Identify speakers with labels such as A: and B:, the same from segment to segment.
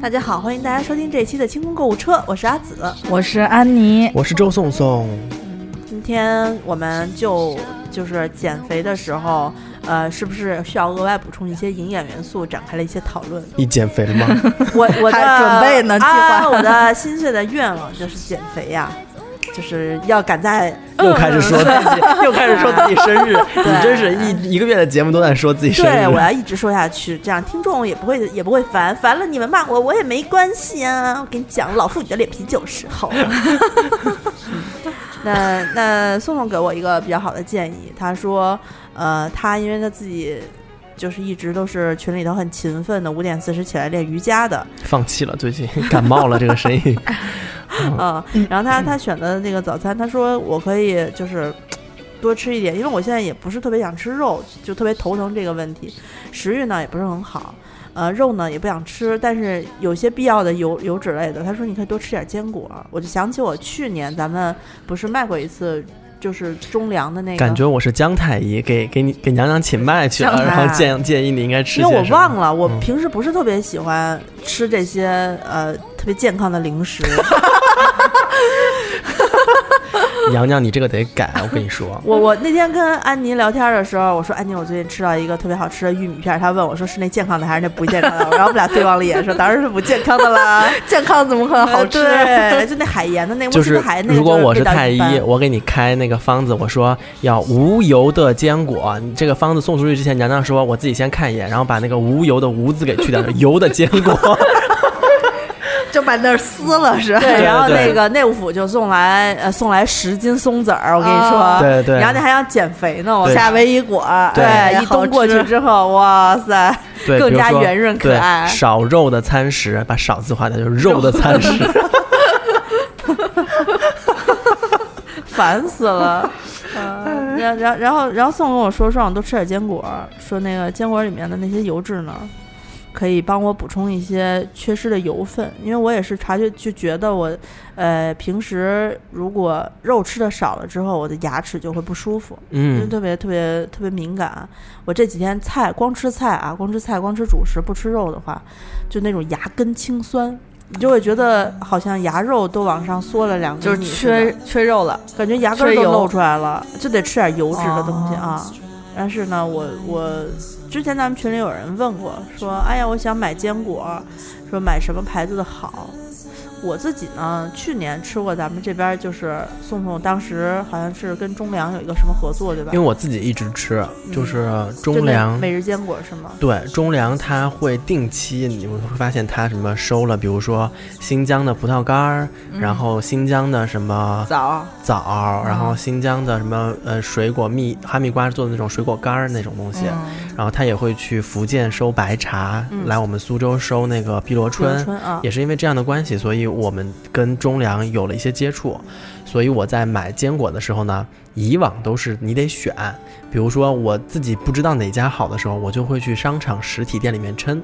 A: 大家好，欢迎大家收听这一期的清空购物车，我是阿紫。
B: 我是安妮，
C: 我是周颂颂，
A: 今天我们就就是减肥的时候，呃，是不是需要额外补充一些营养元素，展开了一些讨 论。
C: 你减肥了 吗？
A: 我我的
B: 还准备呢计划
A: 啊，我的心碎的愿望就是减肥呀、就是要赶在
C: 又开始说自 己，又开始说自己生日，你真是一一个月的节目都在说自己生
A: 对，我
C: 日。
A: 要一直说下去，这样听众也不会也不会烦，烦了你们骂我我也没关系啊。我跟你讲，老妇女的脸皮就是厚。嗯 那那宋宋给我一个比较好的建议，他说，呃，他因为他自己就是一直都是群里头很勤奋的，五点四十起来练瑜伽的，
C: 放弃了，最近感冒了这个 生意。
A: 哎嗯，然后他他选择的那个早餐，他说我可以就是多吃一点，因为我现在也不是特别想吃肉，就特别头疼这个问题，食欲呢也不是很好，呃，肉呢也不想吃，但是有些必要的油油脂类的，他说你可以多吃点坚果，我就想起我去年咱们不是卖过一次就是中粮的那个，
C: 感觉我是姜太医，给给你给娘娘请脉去
A: 姜
C: 了，
A: 太
C: 然后建建议你应该吃些
A: 因为我
C: 什么
A: 忘了，我
C: 嗯
A: 平时不是特别喜欢吃这些呃特别健康的零食，。
C: 娘娘，你这个得改，啊我跟你说
A: 我我那天跟安妮聊天的时候，我说安妮，我最近吃到一个特别好吃的玉米片儿，她问我说是那健康的还是那不健康的，然后我们俩对望了一眼，说当然是不健康的啦，
B: 健康怎么可 能好吃？
A: 对，就那海盐的那，
C: 就
A: 我记
C: 是
A: 得海那个
C: 如果
A: 就
C: 我是
A: 味道
C: 太医
A: 一般，
C: 我给你开那个方子，我说要无油的坚果。你这个方子送出去之前，娘娘说我自己先看一眼，然后把那个无油的无字给去掉， 就油的坚果。
B: 就把那儿撕了是吧？
A: 对，然后
C: 对对
A: 那个内务府就送来呃送来十斤松子儿，我跟你说，
B: 啊
C: 哦对对
A: 然后你还想减肥呢，我
C: 对
A: 下
B: 夏威夷果，哎
A: 对一冬过去，之后，哇塞，
C: 对，
A: 更
C: 比如
A: 加
C: 说
A: 圆润可
C: 对
A: 爱
C: 少肉的餐食，把“少”字划掉，就是肉的餐食。
A: 烦死 了。呃，
B: 哎
A: 然然然后然后宋跟我说说让我多吃点坚果，说那个坚果里面的那些油脂呢，可以帮我补充一些缺失的油分，因为我也是察觉就觉得我，呃，平时如果肉吃的少了之后，我的牙齿就会不舒服，因为
C: 嗯，
A: 特别特别特别敏感。我这几天菜光吃菜啊，光吃菜光吃主食不吃肉的话，就那种牙根青酸。你就会觉得好像牙肉都往上缩了两厘
B: 就是
A: 米似的
B: 缺缺肉了。
A: 感觉牙根儿
B: 缺
A: 都
B: 油
A: 露出来了，就得吃点油脂的东西啊。
C: 哦
A: 但是呢，我我之前咱们群里有人问过，说哎呀，我想买坚果，说买什么牌子的好。我自己呢，去年吃过咱们这边就是宋宋当时好像是跟中粮有一个什么合作，对吧
C: 因为？我自己一直吃，
A: 嗯
C: 就是中
A: 就那
C: 粮。
A: 每日坚果是吗？
C: 对中粮，它会定期，你们会发现它什么收了，比如说新疆的葡萄干儿，
A: 嗯
C: 然后新疆的什么
B: 枣，
C: 枣儿，然
A: 嗯
C: 后新疆的什么呃水果蜜哈密瓜做的那种水果干儿那种东西，然后它也会去福建收白茶，
A: 嗯
C: 来我们苏州收那个碧螺春，
A: 春啊，
C: 也是因为这样的关系，所以我们跟中粮有了一些接触。所以我在买坚果的时候呢，以往都是你得选，比如说我自己不知道哪家好的时候，我就会去商场实体店里面称，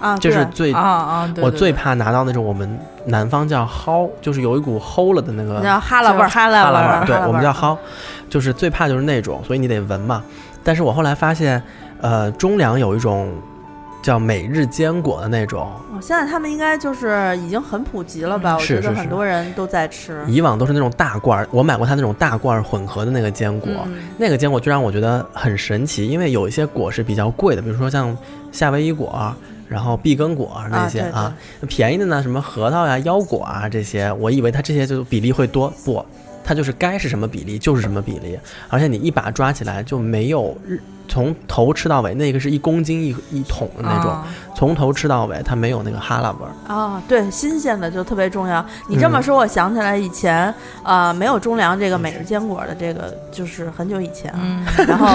A: 啊，
C: 这是
A: 对
C: 最
B: 啊啊！对
C: 我
B: 对
C: 最
B: 对
C: 怕拿到那种我们南方叫蒿，就是有一股齁了的那个
A: 你知道哈喇味儿，
B: 就是哈喇
C: 哈喇味
B: 味
D: 啊
C: 儿，
B: 儿
C: 对
A: 哈喇味儿
C: 我们叫蒿，就是最怕就是那种，所以你得闻嘛。但是我后来发现，呃，中粮有一种叫每日坚果的那种，
A: 哦现在他们应该就是已经很普及了吧？我
C: 嗯是
A: 觉得
C: 是
A: 很
C: 是
A: 多人都在吃。
C: 以往都是那种大罐儿，我买过它那种大罐儿混合的那个坚果，
A: 嗯
C: 那个坚果就让我觉得很神奇，因为有一些果是比较贵的，比如说像夏威夷果。啊然后碧根果那些
A: 啊对对
C: 啊，便宜的呢，什么核桃呀、腰果啊这些，我以为它这些就比例会多，不，它就是该是什么比例就是什么比例，而且你一把抓起来就没有日从头吃到尾，那个是一公斤一一桶的那种，
B: 啊
C: 从头吃到尾，它没有那个哈喇味儿。
A: 啊、对，新鲜的就特别重要。你这么
C: 嗯
A: 说，我想起来以前，呃，没有中粮这个每日坚果的这个，就是很久以前啊。
B: 嗯，
A: 然 后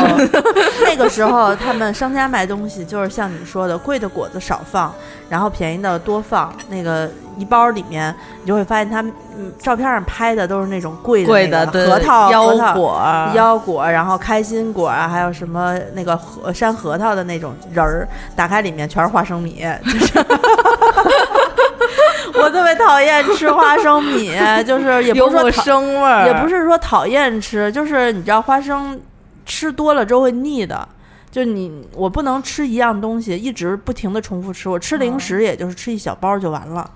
A: 那个时候，他们商家卖东西就是像你说的，贵的果子少放，然后便宜的多放。那个一包里面，你就会发现他们、嗯、照片上拍的都是那种贵的、那
B: 贵
A: 个、
B: 的对
A: 核桃、核
B: 腰
A: 桃
B: 果，
D: 啊
A: 腰果，然后开心果啊，还有什么那个核山核桃的那种仁儿，打开里面全是花生米，就是 我特别讨厌吃花生米，就是也不
B: 有
A: 是说
B: 股
A: 讨
B: 生味儿，
A: 也不是说讨厌吃，就是你知道花生吃多了之后会腻的。就你我不能吃一样东西一直不停的重复吃，我吃零
B: 嗯
A: 食也就是吃一小包就完了。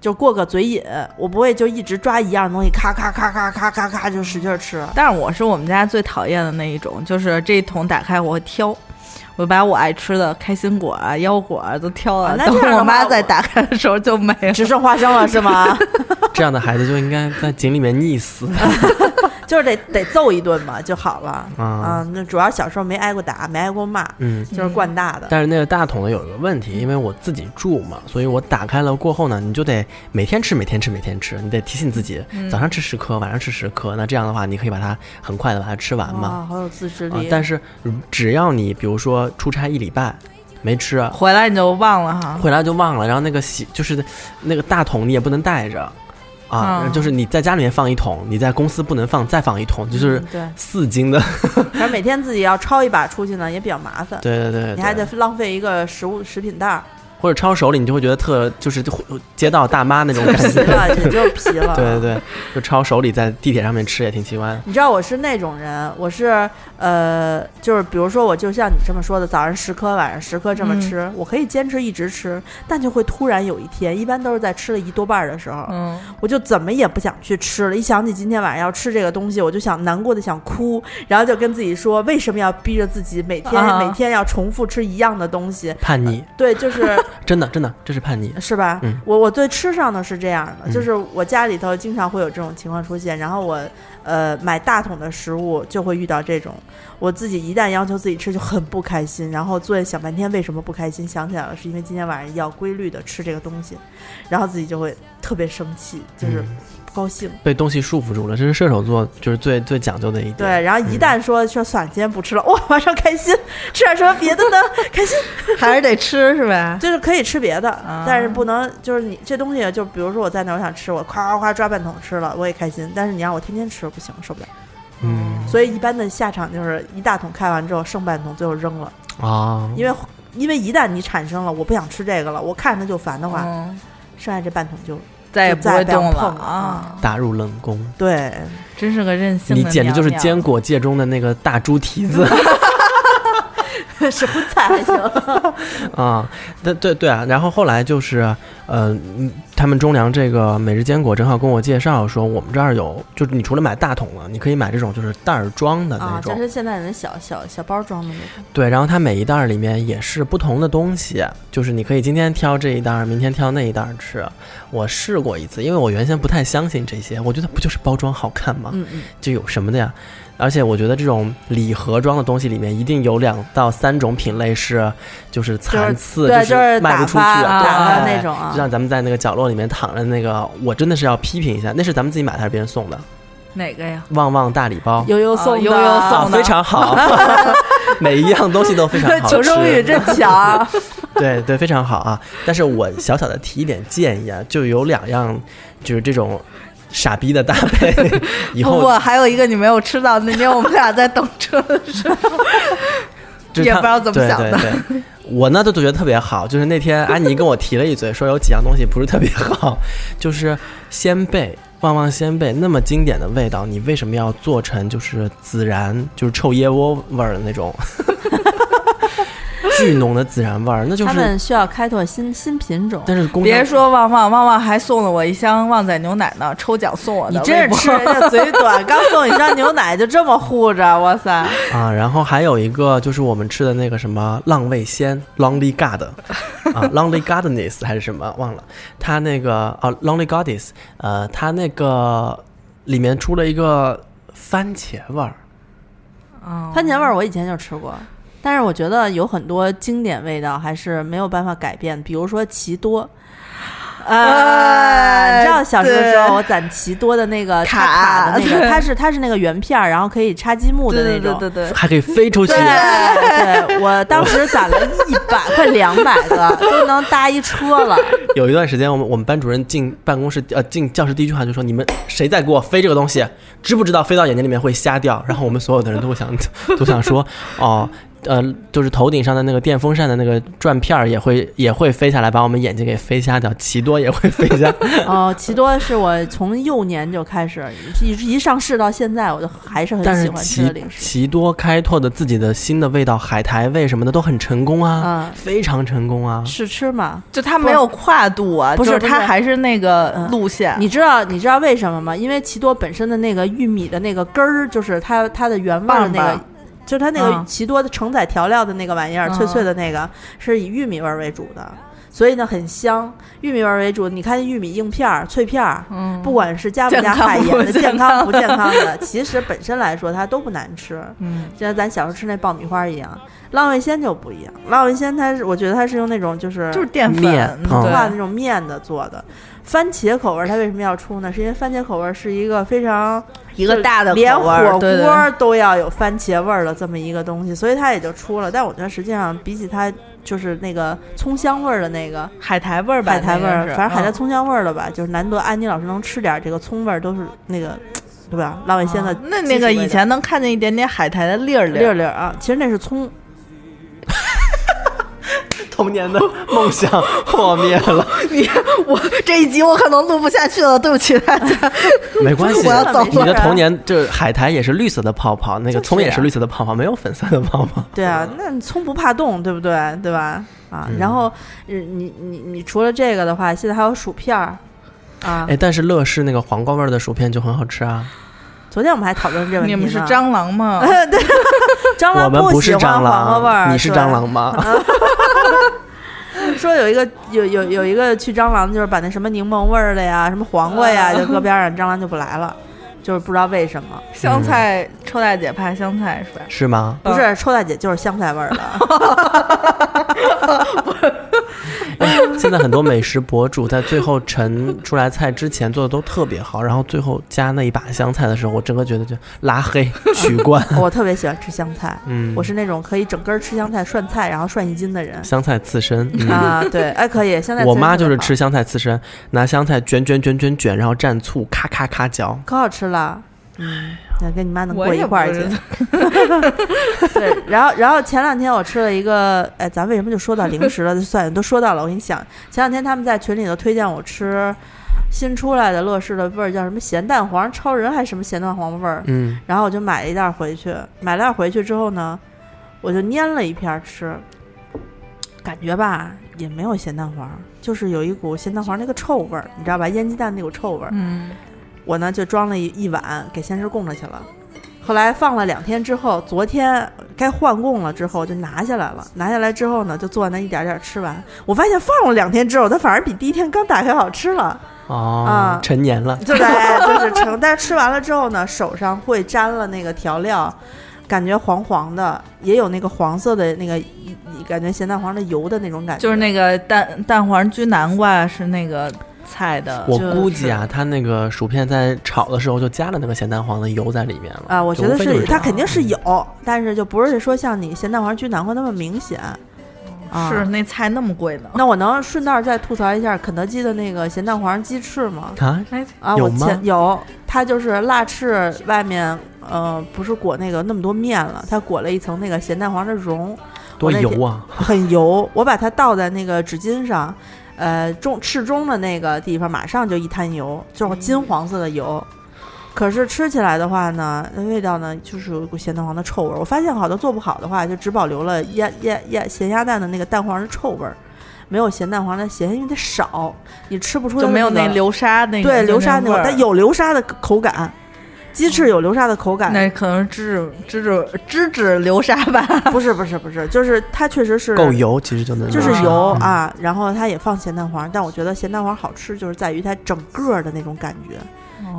A: 就过个嘴瘾，我不会就一直抓一样东西，咔咔咔咔咔咔咔就使劲吃。
D: 但是我是我们家最讨厌的那一种，就是这一桶打开我会挑，我把我爱吃的开心果啊、腰果啊都挑了，
A: 啊那这
D: 等
A: 样的话
D: 我妈
A: 我
D: 再打开的时候就没 了。
A: 只剩花生了是吗？
C: 这样的孩子就应该在井里面溺死
A: 就是得得揍一顿嘛就好了。
C: 啊。
A: 啊，那主要小时候没挨过打，没挨过骂，
C: 嗯，
A: 就是惯大的。
C: 但是那个大桶的有一个问题，因为我自己住嘛，所以我打开了过后呢，你就得每天吃，每天吃，每天吃，你得提醒自己，
A: 嗯
C: 早上吃十颗，晚上吃十颗。那这样的话，你可以把它很快的把它吃完嘛。
A: 哇，好有自制
C: 啊
A: 力！，
C: 但是只要你比如说出差一礼拜没吃，
D: 回来你就忘了哈，
C: 回来就忘了，然后那个洗就是那个大桶你也不能带着，啊，
A: 哦
D: 嗯
C: 就是你在家里面放一桶，你在公司不能放，再放一桶，就是
A: 嗯对
C: 四斤的。
A: 反正每天自己要抄一把出去呢，也比较麻烦。
C: 对对对对
A: 你还得浪费一个食物食品袋 儿，
C: 或者抄手里，你就会觉得特就是街道大妈那种 感
A: 皮
C: 觉。
A: 了也就皮了。
C: 对对对，就抄手里在地铁上面吃也挺奇怪的。
A: 你知道我是那种人，我是呃，就是比如说，我就像你这么说的，早上十颗，晚上十颗
C: 嗯
A: 这么吃，我可以坚持一直吃，但就会突然有一天，一般都是在吃了一多半儿的时候，
D: 嗯，
A: 我就怎么也不想去吃了。一想起今天晚上要吃这个东西，我就想难过的想哭，然后就跟自己说，为什么要逼着自己每天、
D: 啊
A: 每天要重复吃一样的东西？
C: 叛逆，
A: 对，就是。
C: 真的真的，这是叛逆
A: 是吧？
C: 嗯
A: 我我对吃上的是这样的，
C: 嗯
A: 就是我家里头经常会有这种情况出现，然后我呃买大桶的食物就会遇到这种，我自己一旦要求自己吃就很不开心，然后坐下想半天为什么不开心，想起来了是因为今天晚上要规律的吃这个东西，然后自己就会特别生气，就是
C: 嗯
A: 不高兴。
C: 被东西束缚住了，这是射手座就是最最讲究的一点。
A: 对，，然后一旦说说算了，今天不吃了，哇，马上开心，吃点什么别的呢？开心，
D: 还是得吃是吧？
A: 就是可以吃别的，
D: 啊
A: 但是不能就是你这东西，就比如说我在那儿我想吃，我夸夸夸抓半桶吃了，我也开心。但是你让我天天吃不行，受不了。
C: 嗯
A: 所以一般的下场就是一大桶开完之后剩半桶，最后扔了，
C: 啊，
A: 因为因为一旦你产生了我不想吃这个了，我看着它就烦的话，
D: 嗯，
A: 剩下这半桶就
D: 再也
A: 就
D: 不
A: 再
D: 会
A: 也不要
D: 动
A: 碰
D: 了
A: 了嗯
D: 啊！
C: 打入冷宫，
A: 对，
D: 真是个任性的
C: 你
D: 娘娘，
C: 简直就是坚果界中的那个大猪蹄 子。
A: 是荤菜还行。
C: 啊，对对对啊，然后后来就是，呃，嗯他们中粮这个每日坚果正好跟我介绍说，我们这儿有，就是你除了买大桶了，你可以买这种就是袋儿装的那
A: 啊，
C: 种，
A: 这是现在人小小小包装的那种。
C: 对，然后它每一袋儿里面也是不同的东西，就是你可以今天挑这一袋儿，明天挑那一袋儿吃。我试过一次，因为我原先不太相信这些，我觉得不就是包装好看吗？
A: 嗯嗯，
C: 就有什么的呀？而且我觉得这种礼盒装的东西里面，一定有两到三种品类是就是残次，
A: 对，就是是
C: 卖
A: 打
C: 不出去
A: 发
C: 啊，
A: 打发
C: 对
A: 那种
C: 就
A: 啊。
C: 像咱们在那个角落里面躺着那个，我真的是要批评一下，那是咱们自己买的还是别人送的？
D: 哪个呀？
C: 旺旺大礼包，
A: 悠悠
D: 啊
A: 送的，
D: 悠悠
C: 啊
D: 送的
C: 非 常好，每一样东西都非常好吃，
A: 求生欲真强。
C: 对对，非常好啊。但是我小小的提一点建议啊，就有两样，就是这种傻逼的搭配， 以
D: 不
C: 后
D: 不，还有一个你没有吃到，那天我们俩在等车的时候，
C: 就是
D: 也
C: 他
D: 不知道怎么想的
C: 对对对我呢都觉得特别好，就是那天安妮跟我提了一嘴，说有几样东西不是特别好，就是鲜贝。旺旺鲜贝那么经典的味道，你为什么要做成就是孜然，就是臭椰窝味儿的那种， 巨浓的孜然味儿？那就
A: 他
C: 是，
A: 们需要开拓新新品种。
C: 但是工
D: 别
C: 商
D: 说旺旺，旺旺还送了我一箱旺仔牛奶呢，抽奖送我的。
A: 你真是吃人家嘴 短，刚送一箱牛奶就这么护着，哇塞！
C: 啊，然后还有一个就是我们吃的那个什么浪味仙 （Lonely God） 啊，Lonely Goddess 还是什么忘了，它那个啊 Lonely Goddess，呃，它那个里面出了一个番茄味儿，
D: 嗯
A: 番茄味儿我以前就吃过，但是我觉得有很多经典味道还是没有办法改变，比如说奇多。呃，
D: 哎
A: 你知道小时候的
D: 对
A: 时候我攒奇多的那个插卡的那个，
D: 卡
A: 它是它是那个圆片儿，然后可以插积木的那
D: 对对
A: 种
D: 对。对对，
C: 还可以飞出去。
A: 对，对我当时攒了一百快两百个，都能搭一车了。
C: 有一段时间，我们我们班主任进办公室呃进教室第一句话就说：“你们谁在给我飞这个东 西？知不知道飞到眼睛里面会瞎掉？”然后我们所有的人都想都想说：“哦。”呃，就是头顶上的那个电风扇的那个转片儿也会 也会飞下来，把我们眼睛给飞瞎掉。奇多也会飞瞎，
A: 哦，奇多是我从幼年就开始，一一上市到现在，我就还是很
C: 但
A: 喜
C: 是
A: 欢吃的
C: 奇
A: 零食。
C: 奇多开拓的自己的新的味道，海苔味什么的都很成功啊，
D: 嗯
A: 啊，
C: 非常成功啊。
A: 试吃嘛，
D: 就它没有跨度啊，
A: 不是
D: 就
A: 不是
D: 它还是那个
A: 嗯
D: 路线。
A: 你知道你知道为什么吗？因为奇多本身的那个玉米的那个根儿，就是它它的原味儿的那
D: 棒
A: 个
D: 棒，
A: 就是它那个
D: 嗯
A: 奇多的承载调料的那个玩意儿，
D: 嗯
A: 脆脆的那个是以玉米味儿为主的，所以呢很香，玉米味儿为主。你看玉米硬片儿、脆片儿，
D: 嗯
A: 不管是加不加
D: 健康
A: 海
D: 不
A: 盐的，
D: 健
A: 健
D: 康
A: 康不健康的，其实本身来说它都不难吃。
D: 嗯，
A: 就像咱小时候吃那爆米花一样，浪味仙就不一样。浪味仙它是，我觉得它是用那种就是
D: 就是淀粉，
C: 面
D: 对
C: 嗯
A: 膨化的那种面的做的。番茄口味儿它为什么要出呢？是因为番茄口味儿是一个非常
D: 一个大的口味
A: 连
D: 儿
A: 火
D: 对对
A: 锅儿都要有番茄味儿的这么一个东西，所以它也就出了。但我觉得实际上比起它就是那个葱香味儿的那个
D: 海苔味儿吧，
A: 海苔味儿
D: 那个，是
A: 反正海苔
D: 嗯
A: 葱香味儿的吧，就是难得安妮老师能吃点儿这个葱味儿，都是那个对吧？浪味仙的
D: 啊那
A: 基
D: 那
A: 础
D: 个
A: 味
D: 以
A: 道
D: 前能看见一点点海苔的粒儿
A: 粒
D: 粒
A: 儿
D: 儿，
A: 粒儿啊，其实那是葱。
C: 童年的梦想 破灭了，
B: 我这一集我可能录不下去了，对不起大家。
C: 没关系
B: 我要走，
C: 你的
A: 了
C: 童年这海苔也是绿色的泡泡，那个
A: 就是
C: 葱也
A: 呀
C: 是绿色的泡泡，没有粉色的泡泡。
A: 对啊，那你葱不怕冻，对不对？对吧？啊，然后呃你你你除了这个的话，现在还有薯片儿啊。
C: 哎，但是乐事那个黄瓜味儿的薯片就很好吃啊。
A: 昨天我们还讨论这问题
D: 你
A: 呢。
D: 们是蟑螂吗？
A: 蟑
C: 我
A: 螂
C: 们不
A: 啊喜
C: 是
A: 欢
C: 蟑
A: 黄瓜味儿，
C: 螂，你是
A: 吧啊
C: 蟑。螂吗？
A: 说有一个有有有一个去蟑螂，就是把那什么柠檬味儿的呀，什么黄瓜 呀，就搁边上，蟑螂就不来了，就是不知道为什么。
D: 香菜，臭大姐怕香菜是吧？
C: 是吗？
A: 不是臭大姐就是香菜味儿的，
C: 哎现在很多美食博主在最后盛出来菜之前做的都特别好，然后最后加那一把香菜的时候，我整个觉得就拉黑取 关。
A: 我特别喜欢吃香菜，
C: 嗯，
A: 我是那种可以整根儿吃香菜涮菜，然后涮一斤的人。
C: 香菜刺身。嗯
A: 啊，对，哎，可以，香菜。
C: 我妈就是吃，香菜刺身，拿香菜卷卷卷卷卷，然后蘸醋，咔咔咔嚼。
A: 可好吃了。嗯，那跟你妈能
D: 哎我
A: 过
D: 也
A: 一块儿
D: 不
A: 去
D: 知。
A: 对，然后然后前两天我吃了一个，哎，咱为什么就说到零食了？就算了，都说到了。我跟你讲，前两天他们在群里头推荐我吃新出来的乐事的味儿，叫什么咸蛋黄超人还是什么咸蛋黄味儿，
C: 嗯，
A: 然后我就买了一袋儿回去。买了袋儿回去之后呢，我就拈了一片儿吃，感觉吧也没有咸蛋黄，就是有一股咸蛋黄那个臭味儿，你知道吧？腌鸡蛋那股臭味儿。
D: 嗯，
A: 我呢就装了一一碗给先生供着去了。后来放了两天之后，昨天该换供了之后就拿下来了。拿下来之后呢，就坐那一点点吃完。我发现放了两天之后，它反而比第一天刚打开好吃 了。
C: 哦
A: 啊，
C: 成年了。
A: 就在就是成，但是吃完了之后呢，手上会沾了那个调料，感觉黄黄的，也有那个黄色的那个，感觉咸蛋黄的油的那种感觉。
D: 就是那个蛋蛋黄焗南瓜是那个菜的，
C: 我
A: 就
C: 估计啊，他那个薯片在炒的时候就加了那个咸蛋黄的油在里面了
A: 啊，我
C: 就
A: 觉
C: 无
A: 得
C: 非
A: 是
C: 就这
A: 它
C: 样
A: 肯定是有，但是就不是说像你咸蛋黄焗南瓜那么明显。啊
D: 是那菜那么贵呢。
A: 那我能顺道再吐槽一下肯德基的那个咸蛋黄鸡翅吗？
C: 啊，
A: 啊，
C: 有
A: 我
C: 吗
A: 前有，它就是辣翅外面，呃，不是裹那个那么多面了，它裹了一层那个咸蛋黄的蓉，
C: 多
A: 那
C: 油
A: 天
C: 啊！
A: 很油。我把它倒在那个纸巾上，呃，中翅中的那个地方马上就一滩油，
D: 嗯
A: 就是金黄色的油。可是吃起来的话呢，那味道呢就是有一股咸蛋黄的臭味儿。我发现好多做不好的话，就只保留了鸭鸭鸭咸鸭蛋的那个蛋黄的臭味儿，没有咸蛋黄的咸，因为它少，你吃不出
D: 就
A: 它
D: 没有
A: 那
D: 那
A: 个
D: 流沙那个，
A: 对流沙那
D: 那
A: 种，
D: 味儿嗯
A: 但有流沙的口感，鸡翅有流沙的口感，
D: 那可能是芝芝芝芝芝流沙吧。
A: 不是不是不是，就是它确实是
C: 够，油，其实就能
A: 就是
C: 拿上
A: 油
C: 嗯
A: 啊。然后它也放咸蛋黄，但我觉得咸蛋黄好吃就是在于它整个儿的那种感觉。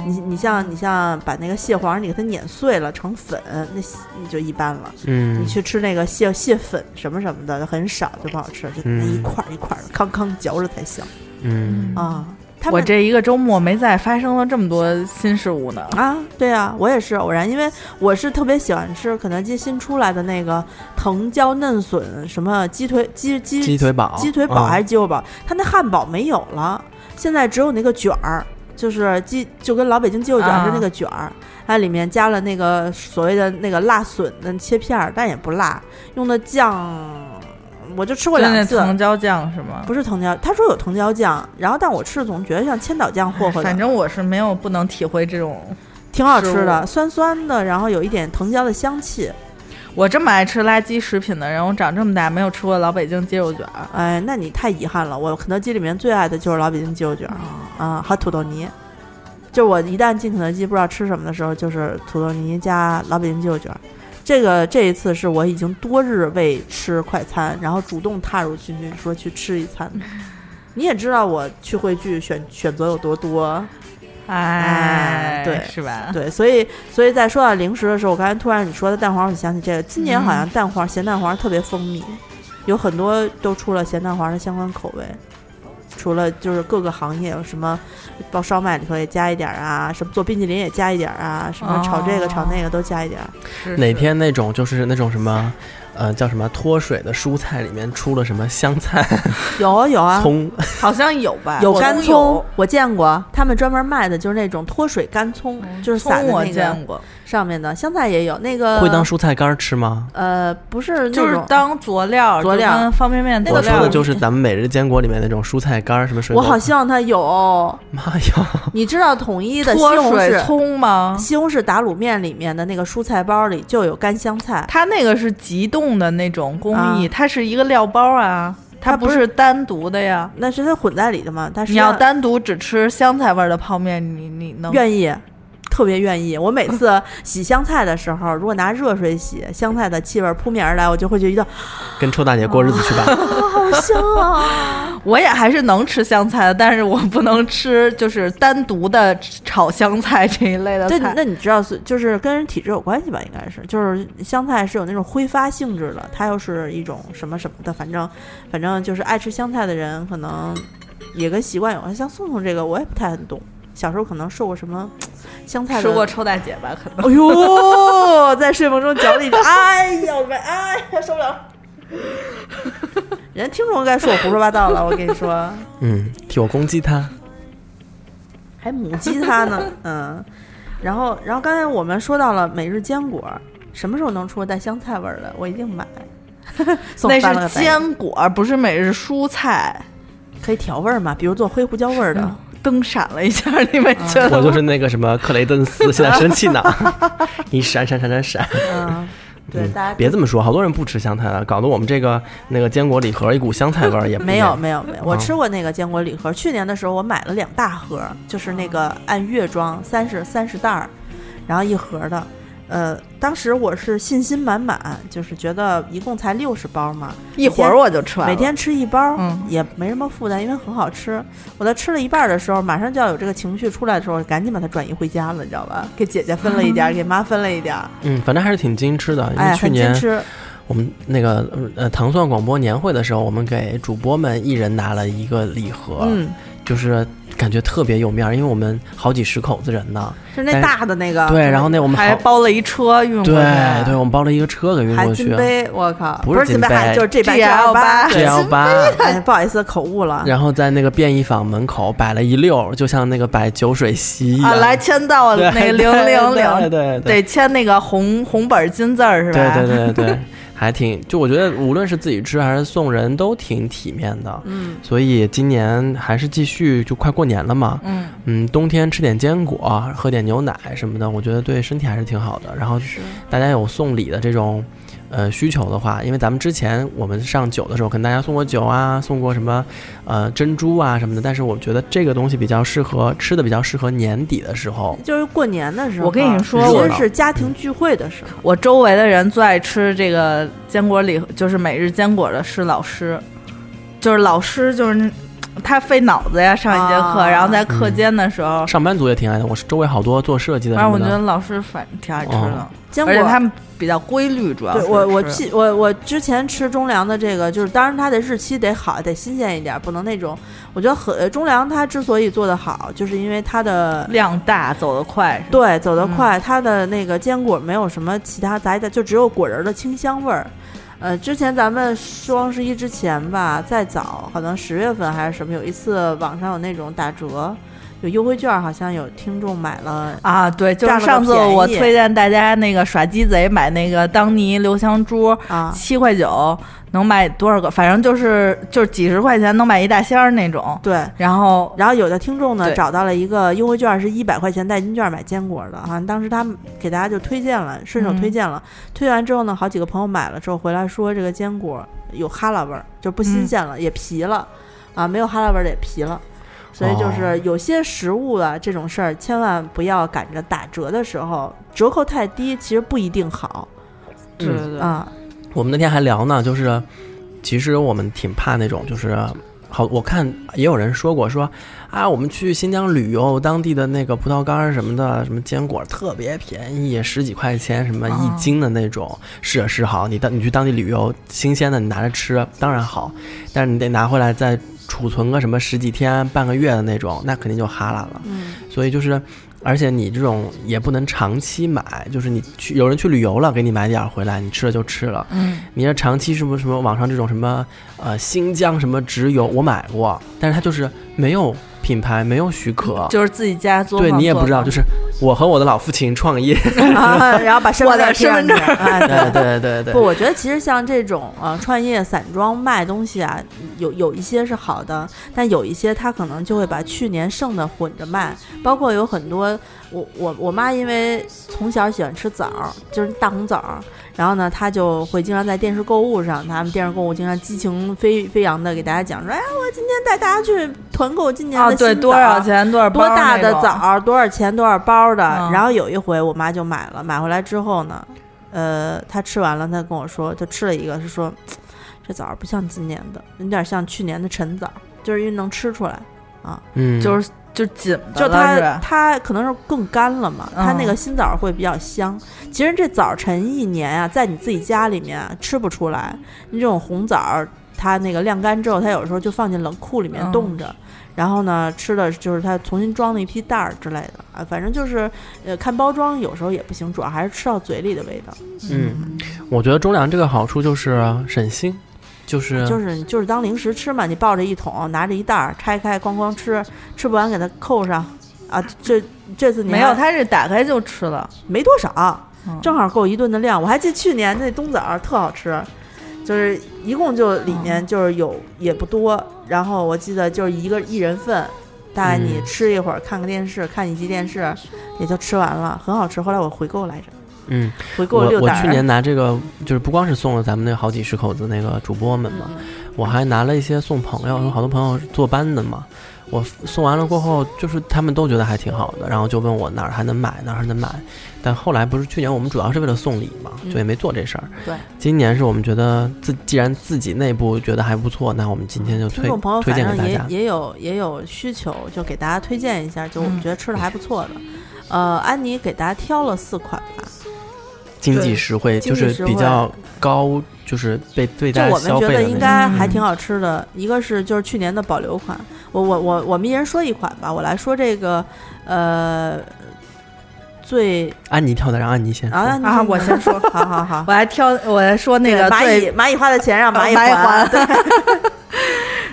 A: 你你像你像把那个蟹黄你给它碾碎了成粉，那你就一般了。
C: 嗯，
A: 你去吃那个蟹蟹粉什么什么的，很少就不好吃，就那一块儿一块儿的，康康嚼着才香
C: 嗯，
A: 啊。他
D: 我
A: 们
D: 这一个周末没在，发生了这么多新事物呢。
A: 啊，对啊，我也是偶然，因为我是特别喜欢吃肯德基新出来的那个藤椒嫩笋什么鸡腿鸡鸡
D: 啊
C: 鸡腿堡，
A: 鸡腿堡还是
C: 嗯
A: 鸡肉堡，它那汉堡没有了，现在只有那个卷儿。就是鸡就跟老北京鸡肉卷
D: 啊
A: 是那个卷儿，它里面加了那个所谓的那个辣笋的切片儿，但也不辣，用的酱我就吃过
D: 就那
A: 两次，
D: 藤椒酱是吗？
A: 不是藤椒，他说有藤椒酱，然后但我吃的总觉得像千岛酱霍霍的，
D: 反正我是没有不能体会这种。
A: 挺好吃的，酸酸的，然后有一点藤椒的香气，
D: 我这么爱吃垃圾食品的人，我长这么大没有吃过老北京鸡肉卷儿。
A: 哎，那你太遗憾了，我肯德基里面最爱的就是老北京鸡肉卷儿啊，还有土豆泥。就我一旦进肯德基不知道吃什么的时候，就是土豆泥加老北京鸡肉卷儿。这个这一次是我已经多日为吃快餐，然后主动踏入军军说去吃一餐的。你也知道我去汇聚选选择有多多，
D: 哎，
A: 对
D: 是 吧？
A: 对，所以所以在说到零食的时候，我刚才突然你说的蛋黄，我就想起这个，今年好
D: 嗯
A: 像蛋黄、咸蛋黄特别风靡，有很多都出了咸蛋黄的相关口味。除了就是各个行业有什么包烧麦里头也加一点儿啊，什么做冰淇淋也加一点儿啊，什么炒这个
D: 哦
A: 炒那个都加一点儿。
D: 是
C: 哪
D: 是
C: 天那种就是那种什么，呃，叫什么脱水的蔬菜里面出了什么香菜、
A: 有啊有啊，
C: 葱，
D: 好像有吧？
A: 有
D: 我
A: 干
D: 都
A: 葱，我见过，他们专门卖的就是那种脱水干葱，就是撒
D: 嗯葱
A: 在
D: 我
A: 那个
D: 见过，
A: 上面的。香菜也有，那个
C: 会当蔬菜干儿吃吗？
A: 呃不是那种
D: 就是当佐料，
A: 佐料
D: 就跟方便面佐
C: 我
D: 料。
C: 说的就是咱们每日坚果里面那种蔬菜干儿，什么水
A: 我
C: 果。
A: 好希望它有。
C: 妈呀！
A: 你知道统一的西
D: 脱
A: 红
D: 水
A: 柿嗯
D: 葱吗？
A: 西红柿打卤面里面的那个蔬菜包里就有干香菜，
D: 它那个是急冻的那种工艺，
A: 啊
D: 它是一个料包啊，它
A: 它不
D: 不
A: 是
D: 是单独的呀。
A: 那是它混在里的嘛？但是
D: 你要单独只吃香菜味儿的泡面，你你能
A: 愿意，特别愿意。我每次洗香菜的时候，如果拿热水洗，香菜的气味扑面而来，我就会觉得
C: 跟臭大姐过日子去 吧。
A: 好香啊！
D: 我也还是能吃香菜的，但是我不能吃就是单独的炒香菜这一类的
A: 对，
D: 菜。
A: 那你知道是就是跟人体质有关系吧？应该是，就是香菜是有那种挥发性质的，它又是一种什么什么的，反正反正就是爱吃香菜的人可能也跟习惯有关。像宋宋这个我也不太很懂，小时候可能受过什么香菜的
D: 吃过臭大姐吧，可 能
A: 哎呦，在睡梦中嚼了一口，哎呀，我的哎呀，受不了 了。人家听众该说我胡说八道了，我跟你说，
C: 嗯，替我攻击她。
A: 还母鸡它 呢，嗯。然后，然后刚才我们说到了每日坚果，什么时候能出带香菜味儿的？我一定买。 送
D: 那
A: 翻了个
D: 是
A: 白眼
D: 坚果，不是每日蔬菜。
A: 可以调味儿嘛？比如做黑胡椒味儿的，
D: 灯闪了一下，你们
A: 嗯
D: 觉 得
C: 我
D: 吗？
C: 就是那个什么克雷 顿斯，现在生气呢。 你闪闪闪闪闪！
A: 嗯，对，
C: 嗯
A: 大家
C: 别这么说，好多人不吃香菜了，搞得我们这个那个坚果礼盒一股香菜味儿也
A: 没有没有没有，我
C: 嗯
A: 吃过那个坚果礼盒。去年的时候，我买了两大盒，就是那个按月装，三十三十袋儿，然后一盒的。呃，当时我是信心满满，就是觉得一共才六十包嘛，
D: 一会儿我就吃完了。
A: 每天吃一包
D: 嗯
A: 也没什么负担，因为很好吃。我在吃了一半的时候，马上就要有这个情绪出来的时候，赶紧把它转移回家了，你知道吧？给姐姐分了一点儿，给妈分了一点儿，
C: 嗯，反正还是挺矜持的。因
A: 哎，
C: 为去
A: 很矜
C: 年
A: 持。
C: 我们那个呃糖蒜广播年会的时候，我们给主播们一人拿了一个礼盒，
A: 嗯，
C: 就是感觉特别有面儿，因为我们好几十口子人呢。
A: 是那
C: 但是
A: 大的那个，
C: 对，然后那我们
D: 还
C: 好
D: 包了一车运过去。
C: 对对，我们包了一个车给运
A: 含
C: 过
A: 金
C: 去
A: 杯，我靠，不
C: 不是
A: 是金
C: 金杯
A: 还就是这版
D: GL
A: 八
D: 八
C: ，G
A: 对。
C: L 八。
A: 哎，不好意思，口误了。
D: 啊
C: 然后在那个便衣坊门口摆了一溜儿，就像那个摆酒水席一样。
D: 啊，来签到
C: 对
D: 那个
C: 对
D: 零零
C: 对
D: 零，
C: 对
D: 得签那个红红本金字儿是吧？
C: 对对对 对，还挺就我觉得无论是自己吃还是送人都挺体面的，
A: 嗯，
C: 所以今年还是继续，就快过年了嘛，
D: 嗯，
C: 嗯，冬天吃点坚果，喝点牛奶什么的，我觉得对身体还是挺好的。然后大家有送礼的这种。呃，需求的话，因为咱们之前我们上酒的时候跟大家送过酒啊，送过什么，呃，珍珠啊什么的。但是我觉得这个东西比较适合吃的，比较适合年底的时候。
A: 就是过年的时候，
D: 我跟你说
A: 其
C: 我
A: 实是家庭聚会的时候，
D: 我周围的人最爱吃这个坚果礼，就是每日坚果的是老师，就是老师就是他费脑子呀，上一节课，
A: 啊
D: 然后在课
C: 嗯
D: 间的时候，
C: 上班族也挺爱的，我是周围好多做设计的
D: 反
C: 什
D: 正啊我
C: 么
D: 觉
C: 的。
D: 得老师反挺爱吃的
C: 哦，
A: 坚
D: 而且
A: 果。
D: 他们比较规律，主要
A: 对
D: 是
A: 我，我
D: 吃
A: 记我我之前吃中粮的这个，就是当然它的日期得好，得新鲜一点，不能那种。我觉得很呃中粮它之所以做得好，就是因为它的
D: 量大，走得快，是吧
A: 对走得快，它的那个坚果没有什么其他杂的，就只有果仁儿的清香味儿。呃，之前咱们双十一之前吧，再早，可能十月份还是什么，有一次网上有那种打折，有优惠券，好像有听众买了，
D: 啊，对，就
A: 占
D: 是
A: 了个
D: 上次我
A: 便宜
D: 推荐大家那个耍鸡贼买那个当尼留香珠，
A: 啊
D: 七块九能买多少个？反正就是就是几十块钱能买一大箱儿那种。
A: 对。
D: 然后
A: 然后有的听众呢
D: 对
A: 找到了一个优惠券，是一百块钱代金券买坚果的，好像当时他给大家就推荐了，顺手
D: 嗯
A: 推荐了。推荐完之后呢，好几个朋友买了之后回来说这个坚果有哈喇味儿，就不新
D: 嗯
A: 鲜了，也皮了啊，没有哈喇味儿的也皮了。所以就
C: 哦
A: 是有些食物啊，这种事儿千万不要赶着打折的时候，折扣太低其实不一定好
D: 对对对，
A: 啊。
C: 我们那天还聊呢，就是其实我们挺怕那种，就是好，我看也有人说过说啊，我们去新疆旅游，当地的那个葡萄干儿什么的，什么坚果特别便宜，十几块钱什么
D: 哦
C: 一斤的那种，是是好，你当你去当地旅游，新鲜的你拿着吃当然好，但是你得拿回来再储存个什么十几天、半个月的那种，那肯定就哈喇了。
A: 嗯，
C: 所以就是，而且你这种也不能长期买，就是你去有人去旅游了，给你买点儿回来，你吃了就吃了。
D: 嗯，
C: 你要长期什么什么网上这种什么呃新疆什么直邮，我买过，但是它就是没有品牌，没有许可。
D: 就是自己家做，
C: 对你也不知道，就是是我和我的老父亲创业，
A: 啊 然后把身份
D: 我的
A: 证贴上
D: 身份
A: 去哎，对
C: 对对对对
A: 不，，我觉得其实像这种呃创业散装卖东西啊，有有一些是好的，但有一些他可能就会把去年剩的混着卖，包括有很多我我我妈因为从小喜欢吃枣儿，就是大红枣儿，然后呢，她就会经常在电视购物上，他们电视购物经常激情飞飞扬的给大家讲说，哎，我今天带大家去团购今年
D: 啊，
A: 的新枣、
D: 对，多少？钱多少包
A: 多大的
D: 那种
A: 枣儿，多少钱，多少包的。
D: 嗯
A: 然后有一回我妈就买了，买回来之后呢，呃，她吃完了，她跟我说，就吃了一个，是说嘖这枣儿不像今年的，有点像去年的陈枣儿，就是因为能吃出来。
C: 嗯，
D: 就是就紧的
A: 就
D: 了
A: 它
D: 是
A: 它可能是更干了嘛，它那
D: 嗯
A: 个新枣儿会比较香。其实这枣儿陈一年啊，在你自己家里面、啊、吃不出来，你这种红枣儿，它那个晾干之后，它有时候就放进冷库里面
D: 嗯
A: 冻着。然后呢，吃的就是它重新装了一批袋儿之类的啊，反正就是，呃，看包装有时候也不行，主要还是吃到嘴里的味道，
C: 嗯，我觉得中粮这个好处就是省心，
D: 嗯
C: 就是
A: 就是就是当零食吃嘛，你抱着一桶，拿着一袋儿拆开，咣咣吃，吃不完给它扣上，啊，这这次你
D: 没有，
A: 还
D: 它是打开就吃了，
A: 没多少，
D: 嗯
A: 正好够一顿的量。我还记得去年那冬枣儿特好吃，就是一共就里
C: 嗯
A: 面就是有也不多，然后我记得就是一个一人份，大概你
C: 嗯
A: 吃一会儿，看个电视，看一集电视，也就吃完了，很好吃。后来我回购来着，
C: 嗯，
A: 回购
C: 我
A: 六
C: 我
A: 袋儿。
C: 去年拿这个就是不光是送了咱们那好几十口子那个主播们
A: 嗯
C: 嘛，我还拿了一些送朋友，有好多朋友是坐班的嘛。我送完了过后，就是他们都觉得还挺好的，然后就问我哪儿还能买，哪儿还能买。但后来不是去年我们主要是为了送礼嘛，
A: 嗯
C: 就也没做这事儿。
A: 对，
C: 今年是我们觉得自既然自己内部觉得还不错，那我们今天就
A: 听
C: 推
A: 众朋友
C: 推
A: 反
C: 荐给
A: 正
C: 大
A: 也
C: 家。
A: 也有也有需求，就给大家推荐一下，就我们
D: 嗯
A: 觉得吃的还不错的。呃，安妮给大家挑了四款吧，
C: 经济实惠
A: 经
C: 就
A: 济
C: 是
A: 实惠
C: 比较高，就是被对
A: 就
C: 待
A: 我们
C: 消
A: 觉
C: 费
A: 得
C: 的
A: 应
C: 那种。嗯
A: 该还挺好吃的，一个是就是去年的保留款，我我我我们一人说一款吧，我来说这个，呃，最
C: 安妮跳的，让安妮先说。
A: 啊
D: 啊我先
A: 说， 好好好，呃
D: 我还挑我还说那个
A: 蚂
D: 最
A: 蚁蚂蚁花的钱让蚂蚁
D: 蚂蚁
A: 还，
D: 还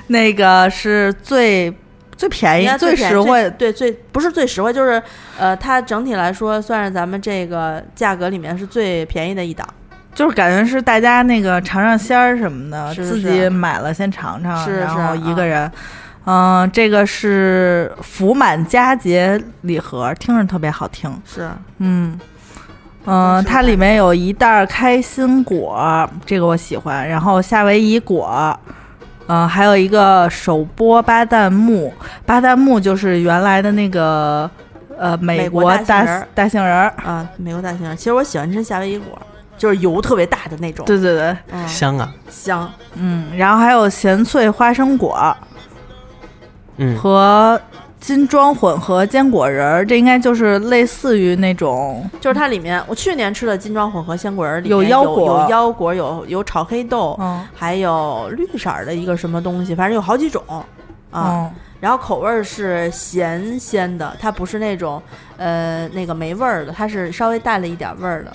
D: 那个是最最
A: 人
D: 便
C: 哎
D: 宜
A: 家、
D: 最
A: 便宜
D: 实惠，
A: 对最不是最实惠，就是呃，它整体来说算是咱们这个价格里面是最便宜的一档，
D: 就是感觉是大家那个尝尝鲜儿什么的，
A: 是是
D: 自己买了先尝尝，
A: 是是
D: 然后一个人。嗯、这个是福满佳节礼盒，听着特别好听。
A: 是
D: 嗯
A: 是
D: 嗯、
A: 吧
D: 它里面有一袋儿开心果，这个我喜欢。然后夏威夷果，嗯、还有一个手剥巴旦木，巴旦木就是原来的那个呃美
A: 美国
D: 国
A: 大
D: 大
A: 杏仁儿
D: 大杏仁儿。
A: 啊，美国大杏仁，其实我喜欢吃夏威夷果，就是油特别大的那种，
D: 对对对，
A: 嗯，
C: 香啊，
A: 香，
D: 嗯，然后还有咸脆花生果
C: 嗯，
D: 和金装混合坚果仁儿，这应该就是类似于那种
A: 就是它里面，我去年吃的金装混合鲜果仁里面
D: 有腰
A: 有
D: 果
A: 有腰果，有有炒黑豆，
D: 嗯
A: 还有绿色儿的一个什么东西，反正有好几种啊。
D: 嗯
A: 然后口味儿是咸鲜的，它不是那种呃那个没味儿的，它是稍微带了一点味儿的，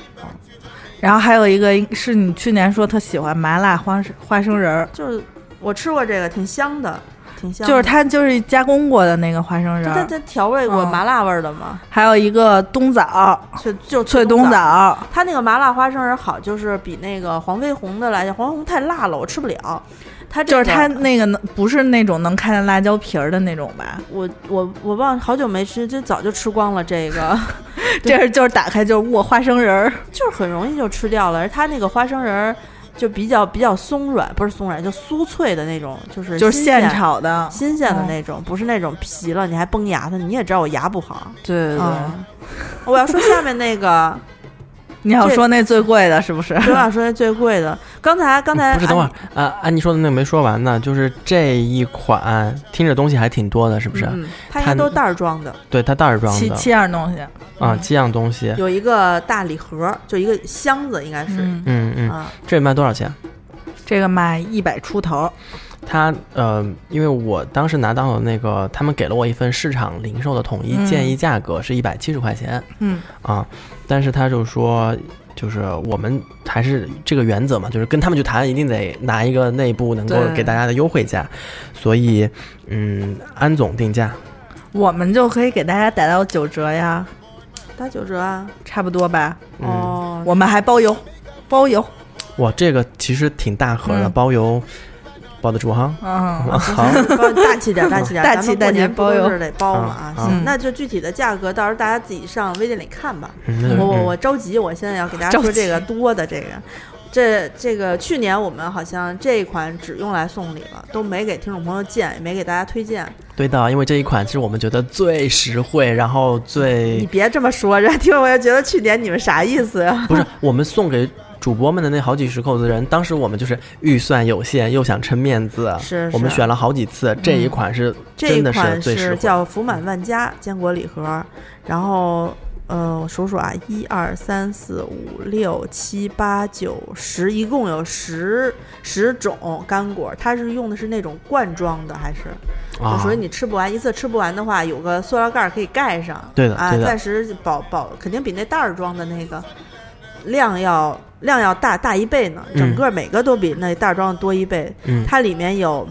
D: 然后还有一个是你去年说特喜欢麻辣花生花生仁儿，
A: 就是。我吃过这个，挺香的，挺香的，
D: 就是它就是加工过的那个花生仁
A: 它它
D: 儿，
A: 它调味过
D: 嗯
A: 麻辣味儿的吗？
D: 还有一个冬枣，
A: 就就
D: 脆冬
A: 哦冬枣。
D: 枣，
A: 它那个麻辣花生仁好，就是比那个黄飞鸿的来讲，黄飞鸿太辣了，我吃不了。它这
D: 就是
A: 个
D: 它那个能不是那种能看见辣椒皮儿的那种吧？
A: 我我我忘了好久没吃，就早就吃光了这个，
D: 这是就是打开就是哇花生仁儿，
A: 就是很容易就吃掉了。而它那个花生仁儿就比较比较松软，不是松软，就酥脆的那种，就是
D: 就是
A: 现
D: 现炒的，
A: 新鲜
C: 嗯
A: 的那种，不是那种皮了你还崩牙的。你也知道我牙不好，
D: 对对对。
A: 嗯，我要说下面那个，
D: 你要
A: 这
D: 说那最贵的是不是？
A: 我想说那最贵的，刚才刚才
C: 不是，等会儿，啊，安妮说的那个没说完呢，就是这一款听着东西还挺多的，是啊不是？
A: 嗯，它应该
C: 它
A: 都是袋儿装的，
C: 对，它袋儿装
D: 七
C: 的
D: 七样东西，
C: 啊，七样东西。
A: 有一个大礼盒，就一个箱子，应该是。
D: 嗯，
C: 嗯嗯，
A: 啊，
C: 这卖多少钱？
D: 这个卖一百出头，
C: 它呃，因为我当时拿到的那个，他们给了我一份市场零售的统一
D: 嗯
C: 建议价格是一百七十块钱
D: 嗯，
C: 啊，但是他就说。就是我们还是这个原则嘛，就是跟他们去谈，一定得拿一个内部能够
D: 对
C: 给大家的优惠价，所以，嗯，安总定价，
D: 我们就可以给大家打到九折呀，
A: 打九折啊！
D: 差不多吧。
C: 嗯，
A: 哦，
D: 我们还包邮，包邮，
C: 哇，这个其实挺大盒的，
D: 嗯
C: 包邮包得 住哈。
D: 嗯，
C: 啊好，
A: 包大气点，大气点，
D: 大
A: 咱
D: 气
A: 们过
D: 大气
A: 年不
D: 包
A: 都
D: 邮
A: 是得包嘛啊
C: 啊！
A: 行
D: 嗯，
A: 那就具体的价格，到时候大家自己上微店里看吧。
C: 嗯那就
A: 我我
C: 嗯
A: 我着急，我现在要给大家
D: 着
A: 说这个
D: 急
A: 多的这个，这这个去年我们好像这一款只用来送礼了，都没给听众朋友见，也没给大家推荐。
C: 对的，因为这一款是我们觉得最实惠，然后
A: 你
C: 最
A: 别这么说，人家听众朋友觉得去年你们啥意思呀、
C: 不是我们送给主播们的那好几十口子人，当时我们就是预算有限，又想撑面子，
A: 是
C: 我们
A: 是嗯
C: 选了好几次，这一款是
A: 这
C: 真
A: 一
C: 的
A: 款
C: 最实
A: 是
C: 惠。啊
A: 叫福满万家坚果礼盒，然后呃，我数数啊，一二三四五六七八九十，一共有十十种干果，它是用的是那种罐装的，还是就
C: 啊
A: 属于你吃不完一次吃不完的话，有个塑料盖儿可以盖上，
C: 对的
A: 啊，
C: 对的
A: 暂时保保肯定比那袋儿装的那个量要量要大大一倍呢，整
C: 嗯
A: 个每个都比那袋儿装的多一倍，
C: 嗯
A: 它里面有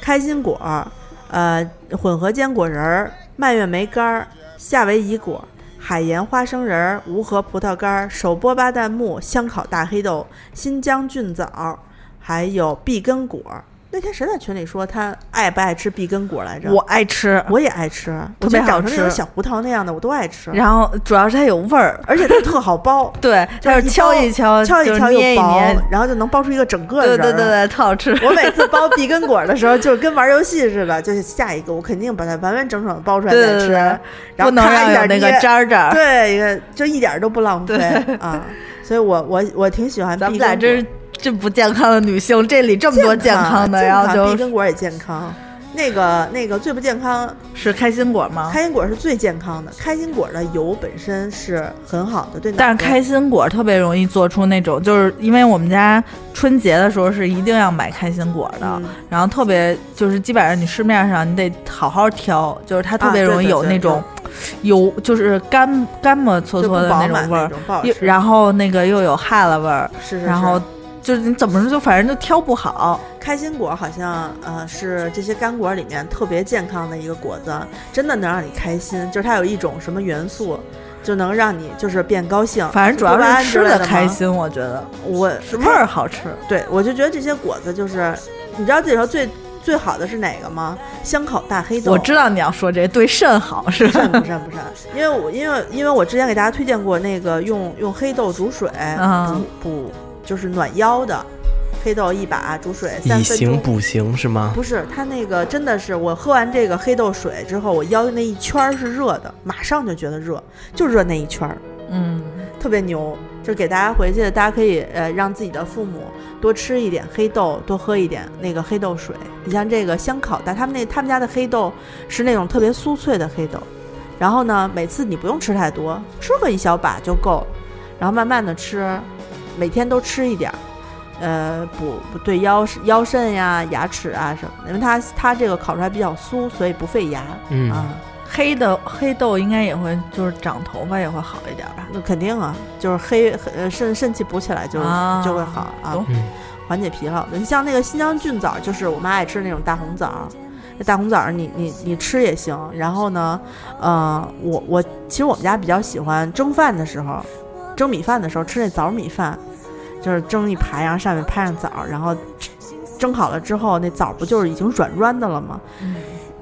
A: 开心果儿，呃，混合坚果仁儿、蔓越莓干儿、夏威夷果儿、海盐花生仁儿、无核葡萄干儿、手剥巴旦木、香烤大黑豆、新疆菌枣，还有碧根果儿。那天谁在群里说他爱不爱吃碧根果来着？
D: 我爱吃。
A: 我也爱吃，
D: 特别
A: 我觉得长
D: 好
A: 成那
D: 吃
A: 种小胡桃那样的我都爱吃，
D: 然后主要是它有味儿，，
A: 而且它特好剥
D: 对，
A: 就
D: 它
A: 是是
D: 敲
A: 一
D: 一敲，
A: 敲一
D: 就是
A: 敲
D: 捏
A: 又
D: 一
A: 薄
D: 捏，，
A: 然后就能剥出一个整个
D: 对
A: 人
D: 对
A: 儿
D: 对
A: 来
D: 对，特好吃。
A: 我每次包碧根果的时候，就跟玩游戏似的，就是下一个我肯定把它完完整整的包出来
D: 对
A: 再
D: 对
A: 吃，
D: 对，
A: 然
D: 不
A: 后
D: 能
A: 咔
D: 让
A: 一
D: 有
A: 点
D: 那个
A: 捏
D: 渣儿渣儿。
A: 对，一个就一点都不浪费
D: 对
A: 啊。所以我我我挺喜欢
D: 咱
A: 碧
D: 们
A: 根
D: 俩
A: 果，
D: 真是这不健康的女性，这里这么多健康的，
A: 健
D: 然后
A: 碧
D: 就
A: 根果也健康。那个那个最不健康，
D: 是开心果吗？
A: 开心果是最健康的。开心果的油本身是很好的，对脑子。
D: 但是开心果特别容易做出那种，就是因为我们家春节的时候是一定要买开心果的，
A: 嗯
D: 然后特别就是基本上你市面上你得好好挑，就是它特别
A: 啊
D: 容
A: 对
D: 易
A: 对
D: 有
A: 对
D: 那种油，就是干干么搓
A: 就不
D: 搓的
A: 饱
D: 种
A: 满
D: 味儿，
A: 种不好
D: 又
A: 吃。
D: 然后那个又有哈喇味儿，
A: 是是是
D: 然后就是你怎么说就反正就挑不好，
A: 开心果好像呃是这些干果里面特别健康的一个果子，真的能让你开心，就是它有一种什么元素，就能让你就是变高兴。
D: 反正主要
A: 多巴胺
D: 是吃
A: 之类
D: 的
A: 的吗
D: 开。心，我觉得
A: 我
D: 是味儿好吃。
A: 对我就觉得这些果子就是，你知道这里头最最好的是哪个吗？香烤大黑豆。
D: 我知道你要说这对肾好是
A: 不
D: 吧？
A: 善不善不善，因为我因为因为我之前给大家推荐过那个用用黑豆煮水
D: 嗯
A: 补补就是暖腰的，黑豆一把煮水三
C: 以
A: 分钟
C: 形补形是吗？
A: 不是，它那个真的是我喝完这个黑豆水之后，我腰那一圈儿是热的，马上就觉得热，就热那一圈儿，
D: 嗯，
A: 特别牛。就给大家回去，大家可以呃让自己的父母多吃一点黑豆，多喝一点那个黑豆水。你像这个香烤蛋，他们那他们家的黑豆是那种特别酥脆的黑豆，然后呢，每次你不用吃太多，吃个一小把就够，然后慢慢的吃，每天都吃一点儿。呃，补不对腰腰肾呀、牙齿啊什么的，因为它它这个烤出来比较酥，所以不费牙、
C: 嗯
A: 啊。
D: 黑的黑豆应该也会就是长头发也会好一点吧？
A: 那肯定啊，就是黑黑呃肾肾气补起来就、
D: 啊
A: 就会好啊
D: 懂，
C: 嗯
A: 缓解疲劳的。你像那个新疆菌枣，就是我妈爱吃那种大红枣，这大红枣儿你你你吃也行。然后呢，呃，我我其实我们家比较喜欢蒸饭的时候，蒸米饭的时候吃那枣米饭，就是蒸一排，然后上面拍上枣儿，然后吃蒸好了之后，那枣儿不就是已经软软的了吗？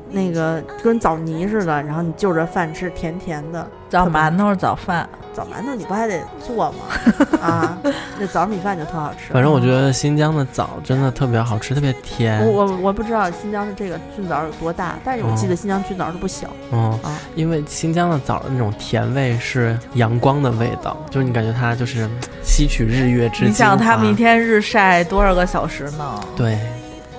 A: 那个跟枣泥似的，然后你就着饭吃，甜甜的。
D: 早馒头早饭，
A: 枣馒头你不还得做吗？ 啊，那枣米饭就特好吃。
C: 反正我觉得新疆的枣真的特别好吃，特别甜。
A: 我我我不知道新疆的这个菌枣有多大，但是我记得新疆菌枣都不小。
C: 嗯
A: 啊，
C: 因为新疆的枣的那种甜味是阳光的味道，就是你感觉它就是嗯吸取日月之
D: 你想他们一
C: 明天
D: 天日晒多少个小时呢？
C: 对，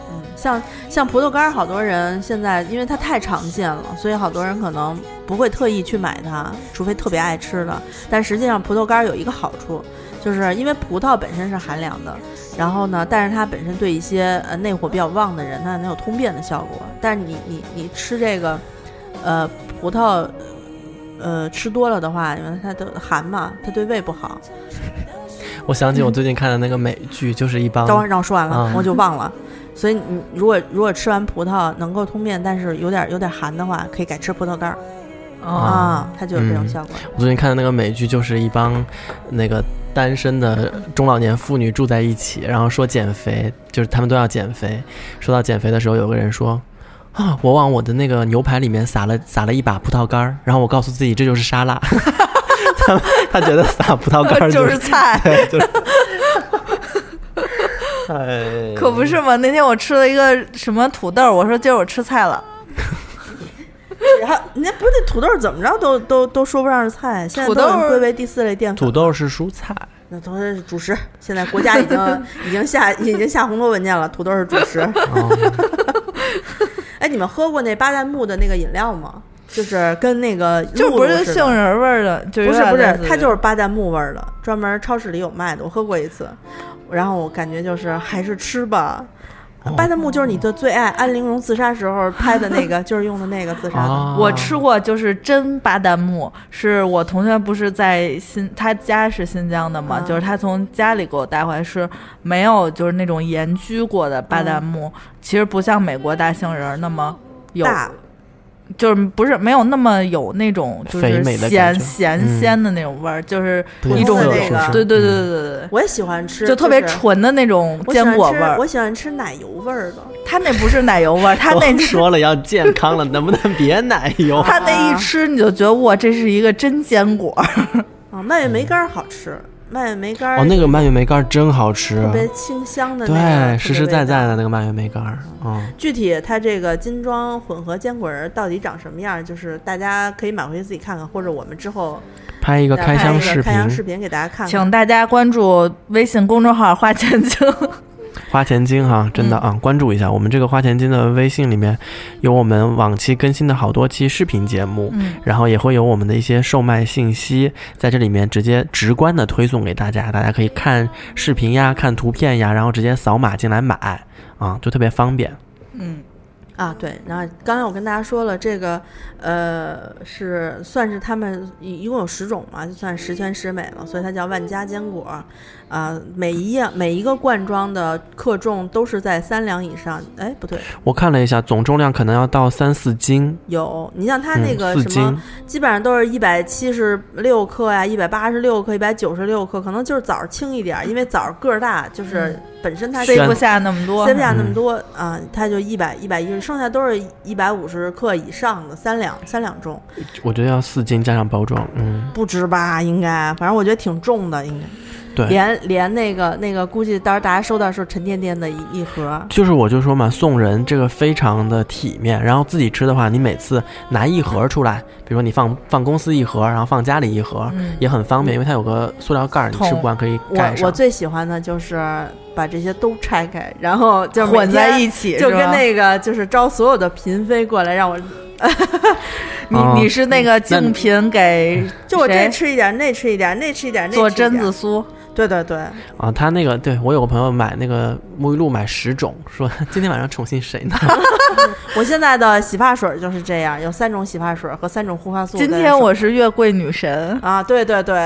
A: 嗯，像像葡萄干儿，好多人现在因为它太常见了，所以好多人可能不会特意去买它，除非特别爱吃的。但实际上，葡萄干儿有一个好处，就是因为葡萄本身是寒凉的，然后呢，但是它本身对一些呃内火比较旺的人，它能有通便的效果。但是你你你吃这个，呃，葡萄。呃，吃多了的话，因为它的寒嘛，它对胃不好。
C: 我想起我最近看的那个美剧，就是一帮
A: 等会儿让我说完了，
C: 嗯
A: 我就忘了。所以你如果如果吃完葡萄能够通便，但是有点有点寒的话，可以改吃葡萄干儿
D: 啊，
A: 啊，它就有这种
C: 嗯
A: 效果。
C: 我最近看的那个美剧，就是一帮那个单身的中老年妇女住在一起，然后说减肥，就是他们都要减肥。说到减肥的时候，有个人说：“啊，我往我的那个牛排里面撒了撒了一把葡萄干儿，然后我告诉自己这就是沙拉。 他”他觉得撒葡萄干儿
D: 就是是菜，
C: 对， 就是。哎，
D: 可不是嘛？那天我吃了一个什么土豆，我说今儿我吃菜了，
A: 然后人家不是那土豆怎么着都都都说不上是菜，现在
D: 土
A: 都
D: 豆
A: 有人归为第四类淀粉。
C: 土豆是蔬菜，
A: 那土豆是主食，现在国家已 经已经下已经下红头文件了，土豆是主食。
C: 哦
A: 哎，你们喝过那巴旦木的那个饮料吗？就是跟那个
D: 就
A: 露
D: 不
A: 露
D: 是
A: 似的
D: 杏仁味儿的，就
A: 不是不是，它就是
D: 是
A: 巴旦木味儿的，专门超市里有卖的，我喝过一次，然后我感觉就是还是吃吧。
C: 哦
A: 巴旦木就是你的最爱，安陵容自杀时候拍的 那个，就是用的那个自杀的。
C: 啊
D: 我吃过，就是真巴旦木，是我同学不是在新，他家是新疆的
C: 啊
D: 嘛，
A: 嗯
D: 就是他从家里给我带回来是没有就是那种盐焗过的巴旦木，
C: 嗯
D: 其实不像美国大杏仁儿那么有，
A: 大，
D: 就是不是没有那么有那种就
C: 肥
D: 是
C: 美的感
D: 咸
C: 觉嗯
D: 咸鲜的那种味儿，就是
C: 不
A: 一
C: 用
A: 种
C: 色
A: 那
C: 是不
A: 个
C: 是
D: 对对
C: 嗯
D: 对对对对。
A: 我也喜欢吃，
D: 就特别
A: 是
D: 纯的那种
A: 我喜
D: 坚
A: 欢
D: 果
A: 吃
D: 味儿
A: 我，喜欢吃奶油味儿的，
D: 它那不是奶油味儿，它
C: 我
D: 那是
C: 说了要健康了，能不能别奶油？
D: 它那一吃你就觉得哇，这是一个真坚果，
A: 啊，蔓越莓干儿好吃，蔓越莓干儿
C: 哦，那个蔓越莓干儿真好吃，啊
A: 特别清香的那个，
C: 对，
A: 特
C: 实
A: 别
C: 实
A: 味
C: 在在
A: 道。
C: 的那个蔓越莓干儿，嗯，
A: 具体它这个金装混合坚果仁儿到底长什么样儿，就是大家可以买回去自己看看，或者我们之后
C: 拍一个
A: 再拍
C: 开
A: 一
C: 箱
A: 个
C: 视
A: 开箱视
C: 频，
A: 频给大家看看。
D: 请大家关注微信公众号“花钱精
C: 花钱精哈，真
A: 嗯
C: 的啊，关注一下我们这个花钱精的微信里面，有我们往期更新的好多期视频节目”，。
D: 嗯，
C: 然后也会有我们的一些售卖信息，在这里面直接直观的推送给大家，大家可以看视频呀、看图片呀，然后直接扫码进来买啊，就特别方便。
D: 嗯，
A: 啊，对，然后刚才我跟大家说了，这个呃是算是他们一一共有十种嘛，就算十全十美了，所以它叫万家坚果。啊、每一样每一个罐装的克重都是在三两以上，哎，不对，
C: 我看了一下，总重量可能要到三四斤，
A: 有你像它
C: 嗯
A: 那个
C: 四
A: 什么，
C: 斤，
A: 基本上都是一百七十六克呀，一百八十六克，一百九十六克，可能就是枣儿轻一点儿，因为枣儿个儿大，
C: 嗯
A: 就是本身它
D: 塞
C: 选
D: 不下那么多
A: 塞，不下那
C: 嗯
A: 么多啊，它就一百一百一十，剩下都是一百五十克以上的三两三两重，
C: 我觉得要四斤加上包装，嗯，
A: 不值吧？应该，反正我觉得挺重的，应该
C: 对，
A: 连连那个那个，估计到时候大家收到是沉甸甸的一一盒。
C: 就是我就说嘛，送人这个非常的体面，然后自己吃的话，你每次拿一盒出来，比如说你放放公司一盒，然后放家里一盒，
D: 嗯，
C: 也很方便，因为它有个塑料盖儿，你
D: 桶
C: 吃不完可以盖
A: 我
C: 上。
A: 我最喜欢的就是把这些都拆开，然后就每
D: 混在
A: 天
D: 一起，
A: 就是跟
D: 吧
A: 那个就是招所有的嫔妃过来让我，
C: 哦
D: 你你是那个竞品 给
A: 嗯就我这
D: 谁
A: 吃一点，那吃一点，那吃一点，那
D: 做
A: 吃一
D: 榛
A: 点
D: 子。酥，
A: 对对对，
C: 啊，他那个对我有个朋友买那个沐浴露买十种，说今天晚上宠幸谁 呢？
A: 我现在的洗发水就是这样，有三种洗发水和三种护发素。
D: 今天我是月桂女神，
A: 啊，对对对，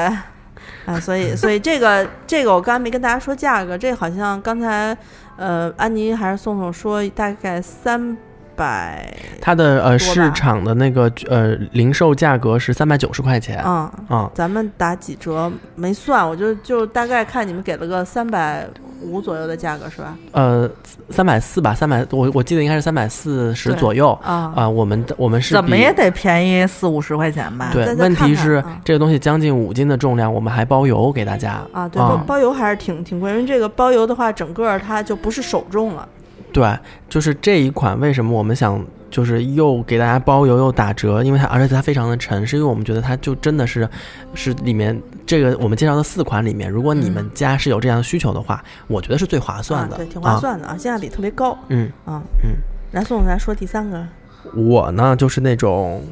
A: 啊，所以所以这个这个我刚才没跟大家说价格，这好像刚才呃安妮还是宋宋说大概三百，
C: 它的呃
A: 多吧
C: 市场的那个呃零售价格是三百九十块钱啊、
A: 嗯，咱们打几折没算，我就就大概看你们给了个三百五左右的价格是吧？
C: 呃三百四吧，三百我我记得应该是三百四十
A: 对
C: 左右
A: 啊、
C: 啊、我们的我们是
D: 怎么
C: 比
D: 也得便宜四五十块钱吧？
C: 对，
A: 啊再再
C: 问
A: 看
C: 题
A: 看
C: 是、
A: 嗯
C: 这个东西将近五斤的重量，我们还包邮给大家
A: 啊，对，包
C: 嗯
A: 包邮还是挺挺贵，因为这个包邮的话，整个它就不是手重了。
C: 对，就是这一款为什么我们想就是又给大家包邮又打折，因为它而且它非常的沉，是因为我们觉得它就真的是是里面这个我们介绍的四款里面，如果你们家是有这样的需求的话，我觉得是最划算
A: 嗯
C: 的，
A: 啊，对，挺划
C: 啊。
A: 算的啊，性价比特别高
C: 嗯，
A: 啊。
C: 嗯，
A: 来宋总，咱说第三个
C: 我呢就是那种，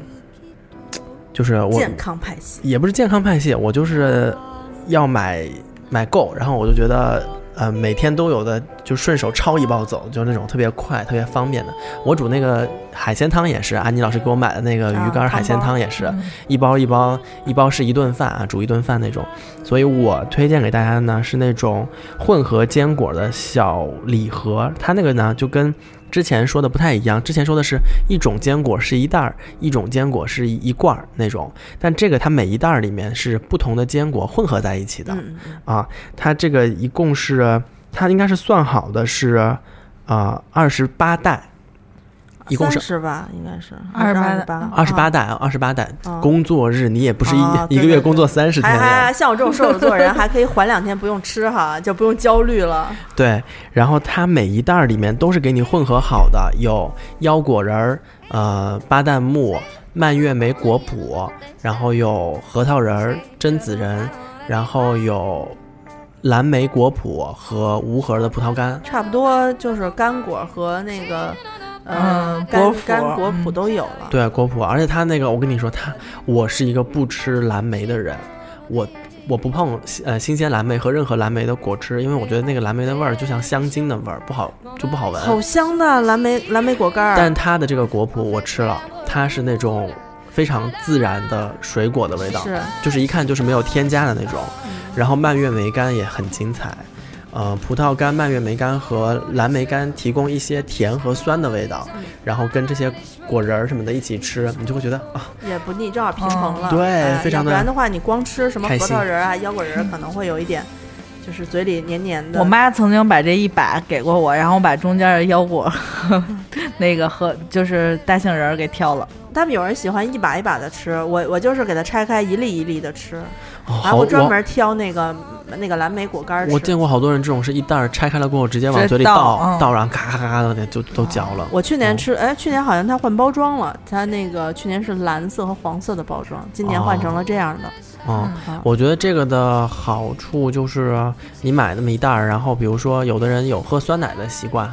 C: 就是我
A: 健康派系，
C: 也不是健康派系，我就是要买买够，然后我就觉得呃每天都有的就顺手抄一包走，就那种特别快、特别方便的。我煮那个海鲜汤也是，安妮老师给我买的那个
A: 啊
C: 鱼干海鲜
A: 汤包
C: 汤也是，
D: 嗯
C: 一包一包一包是一顿饭啊，煮一顿饭那种。所以我推荐给大家呢是那种混合坚果的小礼盒，它那个呢就跟之前说的不太一样，之前说的是一种坚果是一袋儿，一种坚果是一罐儿那种，但这个它每一袋儿里面是不同的坚果混合在一起的，
A: 嗯，嗯
C: 它这个一共是它应该是算好的是啊二十八袋，一共
A: 三。
C: 是
A: 十吧，应该是
D: 28
A: 八
C: 二十八袋啊，二十八袋，
A: 啊
C: 工作日你也不是一、
A: 啊对
C: 一个月
A: 对
C: 工作三十天
A: 还
C: 呀、
A: 还像我这种射手座人，还可以缓两天不用吃哈，就不用焦虑了。
C: 对，然后它每一袋儿里面都是给你混合好的，有腰果仁儿、呃巴旦木、蔓越莓果脯，然后有核桃仁儿、榛子仁，然后有蓝莓果脯和无核的葡萄干。
A: 差不多就是干果和那个，呃
D: 嗯，
A: 干
D: 果脯
A: 干果
D: 嗯
A: 脯都有了。
C: 对，果脯，而且它那个，我跟你说，它我是一个不吃蓝莓的人，我我不碰呃新鲜蓝莓和任何蓝莓的果汁，因为我觉得那个蓝莓的味儿就像香精的味儿，不好就不好闻。
A: 好香的蓝莓蓝莓果干儿，
C: 但它的这个果脯
A: 嗯
C: 我吃了，它是那种非常自然的水果的味道，
A: 是嗯
C: 就是一看就是没有添加的那种。然后蔓越莓干也很精彩，呃，葡萄干、蔓越莓干和蓝莓干提供一些甜和酸的味道，
A: 嗯
C: 然后跟这些果仁儿什么的一起吃，你就会觉得啊，
A: 也不腻，正好平衡了。
C: 嗯对
A: 哎
C: 非常
A: 要
C: 地
A: 不然的话，你光吃什么核
C: 开心
A: 桃仁儿啊、腰果仁儿，可能会有一点，就是嘴里黏黏的。
D: 我妈曾经把这一把给过我，然后我把中间的腰果和
A: 嗯
D: 那个和就是大杏仁儿给挑了。
A: 他们有人喜欢一把一把的吃，我我就是给它拆开一粒一粒的吃，
C: 哦
A: 还会
C: 好我
A: 专门挑那个那个蓝莓果干儿吃。
C: 我见过好多人这种是一袋儿拆开了过后直接往
D: 直接
C: 嘴里
D: 倒
C: 倒，
D: 嗯
C: 倒然后咔咔咔的就都嚼了。
A: 我去年
C: 嗯
A: 吃，哎，去年好像它换包装了，它那个去年是蓝色和黄色的包装，今年换成了这样的。
C: 嗯，
A: 啊
C: 我觉得这个的好处就是，你买那么一袋儿，然后比如说有的人有喝酸奶的习惯，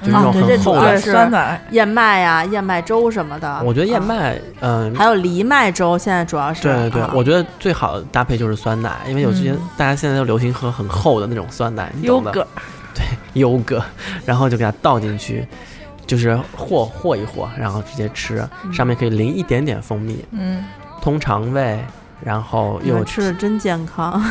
C: 就是那
A: 啊
C: 种
A: 对这
C: 很
A: 主
C: 厚
A: 要
C: 的。
A: 是
D: 嗯酸奶，
A: 燕麦呀、燕麦粥什么的，
C: 我觉得燕
A: 啊、
C: 麦，嗯、
A: 还有藜麦粥，现在主要是
C: 对对对，
A: 啊
C: 我觉得最好的搭配就是酸奶，因为有些、
D: 嗯
C: 大家现在都流行喝很厚的那种酸奶，你
D: 优
C: 懂的
D: 格，
C: 优格， 然后就给它倒进去，就是和和一和，然后直接吃，
A: 嗯
C: 上面可以淋一点点蜂蜜，
D: 嗯，
C: 通肠胃，然后
A: 你们
C: 又
A: 吃的真健康。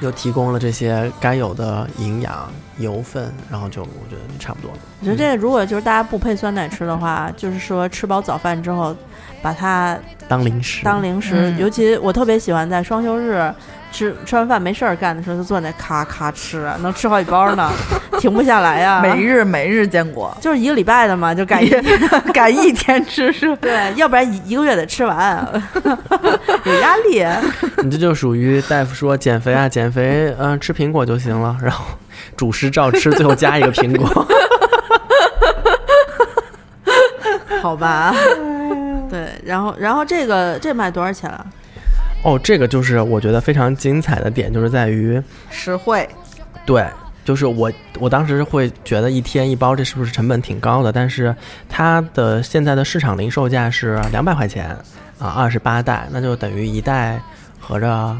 C: 又提供了这些该有的营养、油分，然后就我觉得就差不多了。
A: 我觉得这如果就是大家不配酸奶吃的话，就是说吃饱早饭之后，把它
C: 当零食，
A: 当零食。
D: 嗯
A: 尤其我特别喜欢在双休日吃吃完饭没事儿干的时候，就坐那咔咔吃，能吃好几包 呢，停不下来呀。
D: 每日每日坚果，
A: 就是一个礼拜的嘛，就感觉
D: 敢一天吃是
A: 对，要不然一一个月得吃完， 有压力。
C: 你这就属于大夫说减肥啊，减肥，嗯、吃苹果就行了，然后主食照吃，最后加一个 苹果。
A: 好吧。
D: 哎
A: 对，然后然后这个这卖多少钱啊？
C: 哦，这个就是我觉得非常精彩的点，就是在于，
D: 实惠，
C: 对，就是我我当时会觉得一天一包，这是不是成本挺高的？但是它的现在的市场零售价是两百块钱啊，二十八袋，那就等于一袋合着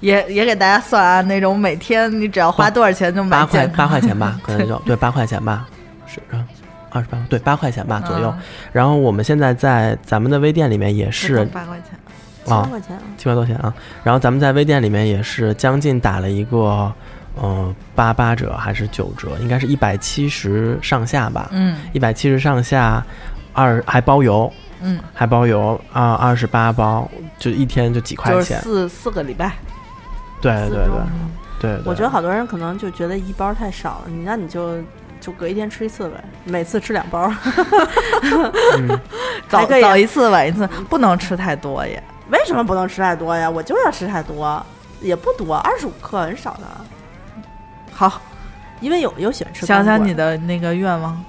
D: 也也给大家算啊，那种每天你只要花多少钱就买
C: 八
D: 健
C: 块
D: 康
C: 八块钱吧，可能就对八块钱吧，是啊，二十八对八块钱吧左右。
D: 嗯
C: 然后我们现在在咱们的微店里面也是
D: 八块钱，
A: 千
C: 啊
A: 块钱啊。
C: 七块多钱啊，然后咱们在微店里面也是将近打了一个嗯八八折还是九折，应该是一百七十上下吧，
D: 嗯
C: 一百七十上下，二还包邮，
D: 嗯，
C: 还包邮啊，二十八包，就一天就几块
D: 就是
C: 钱，
D: 四四个礼拜，
C: 对
A: 四
C: 对
A: 周
C: 对对对，
A: 我觉得好多人可能就觉得一包太少了，你那你就就隔一天吃一次呗，每次吃两包，
C: 嗯
D: 早
A: 还可以
D: 早一次晚一次，不能吃太多也。
A: 为什么不能吃太多呀？我就要吃太多，也不多，二十五克很少的，
D: 好，
A: 因为有有喜欢吃
D: 想
A: 干
D: 想
A: 果
D: 你的那个愿望，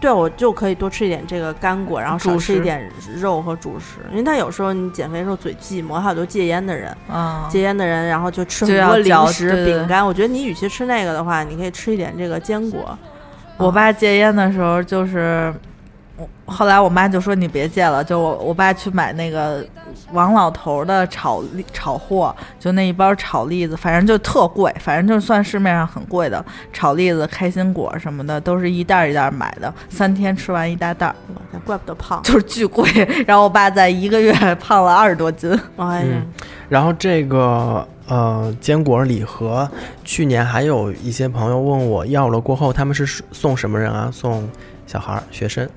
A: 对，我就可以多吃一点这个干果，然后少
D: 主
A: 吃一
D: 食
A: 点肉和主食，因为他有时候你减肥的时候嘴寂寞，还有很多戒烟的人，
D: 嗯，
A: 戒烟的人然后就吃
D: 就
A: 很
D: 要
A: 多零
D: 嚼
A: 食、
D: 对对
A: 饼干。我觉得你与其吃那个的话，你可以吃一点这个坚果。
D: 我爸戒烟的时候就是，我后来我妈就说你别戒了，就我我爸去买那个王老头的炒栗炒货，就那一包炒栗子，反正就特贵，反正就算市面上很贵的炒栗子、开心果什么的，都是一袋儿一袋儿买的，三天吃完一大袋儿，
A: 哇怪不得胖，
D: 就是巨贵。然后我爸在一个月 胖了二十多斤，
A: 哎呀，
C: 然后这个呃坚果礼盒，去年还有一些朋友问我要了过后，他们是送什么人啊？送小孩儿、学生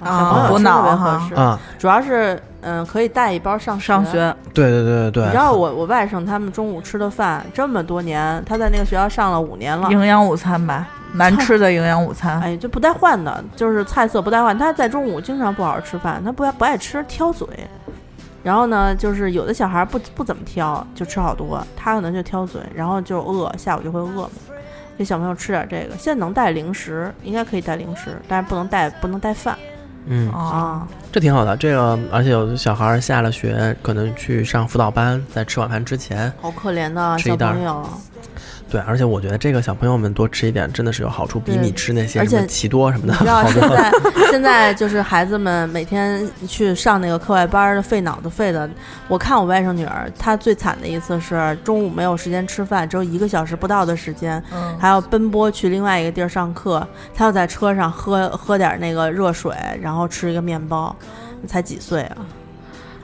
A: 小朋友
D: 啊补
A: 吃
D: 脑
A: 特别
D: 哈
A: 合适。
C: 啊？
A: 主要是嗯、可以带一包上
D: 上学
C: 对对对对
A: 你知
C: 对，
A: 道我我外甥他们中午吃的饭，这么多年，他在那个学校上了五年了，
D: 营养午餐吧，难吃的营养午餐。
A: 哎，就不带换的，就是菜色不带换。他在中午经常不好好吃饭，他不爱不爱吃，挑嘴。然后呢，就是有的小孩不不怎么挑，就吃好多，他可能就挑嘴，然后就饿，下午就会饿嘛。给小朋友吃点这个，现在能带零食，应该可以带零食，但是不能带不能带饭
C: 嗯，
D: 哦，
A: 啊。
C: 这挺好的。这个而且有的小孩儿下了学，可能去上辅导班，在吃晚饭之前，
A: 好可怜的
C: 吃一
A: 小
C: 袋儿
A: 朋友，
C: 对，而且我觉得这个小朋友们多吃一点真的是有好处，比
A: 对
C: 你吃那些
A: 而
C: 什么
A: 且
C: 奇多什么的
A: 你 知道
C: 好
A: 现
C: 多。
A: 在现在就是孩子们每天去上那个课外班儿，费脑子费的。我看我外甥女儿，她最惨的一次是中午没有时间吃饭，只有一个小时不到的时间，
D: 嗯，
A: 还要奔波去另外一个地儿上课，她要在车上喝喝点那个热水，然后吃一个面包。才几岁啊？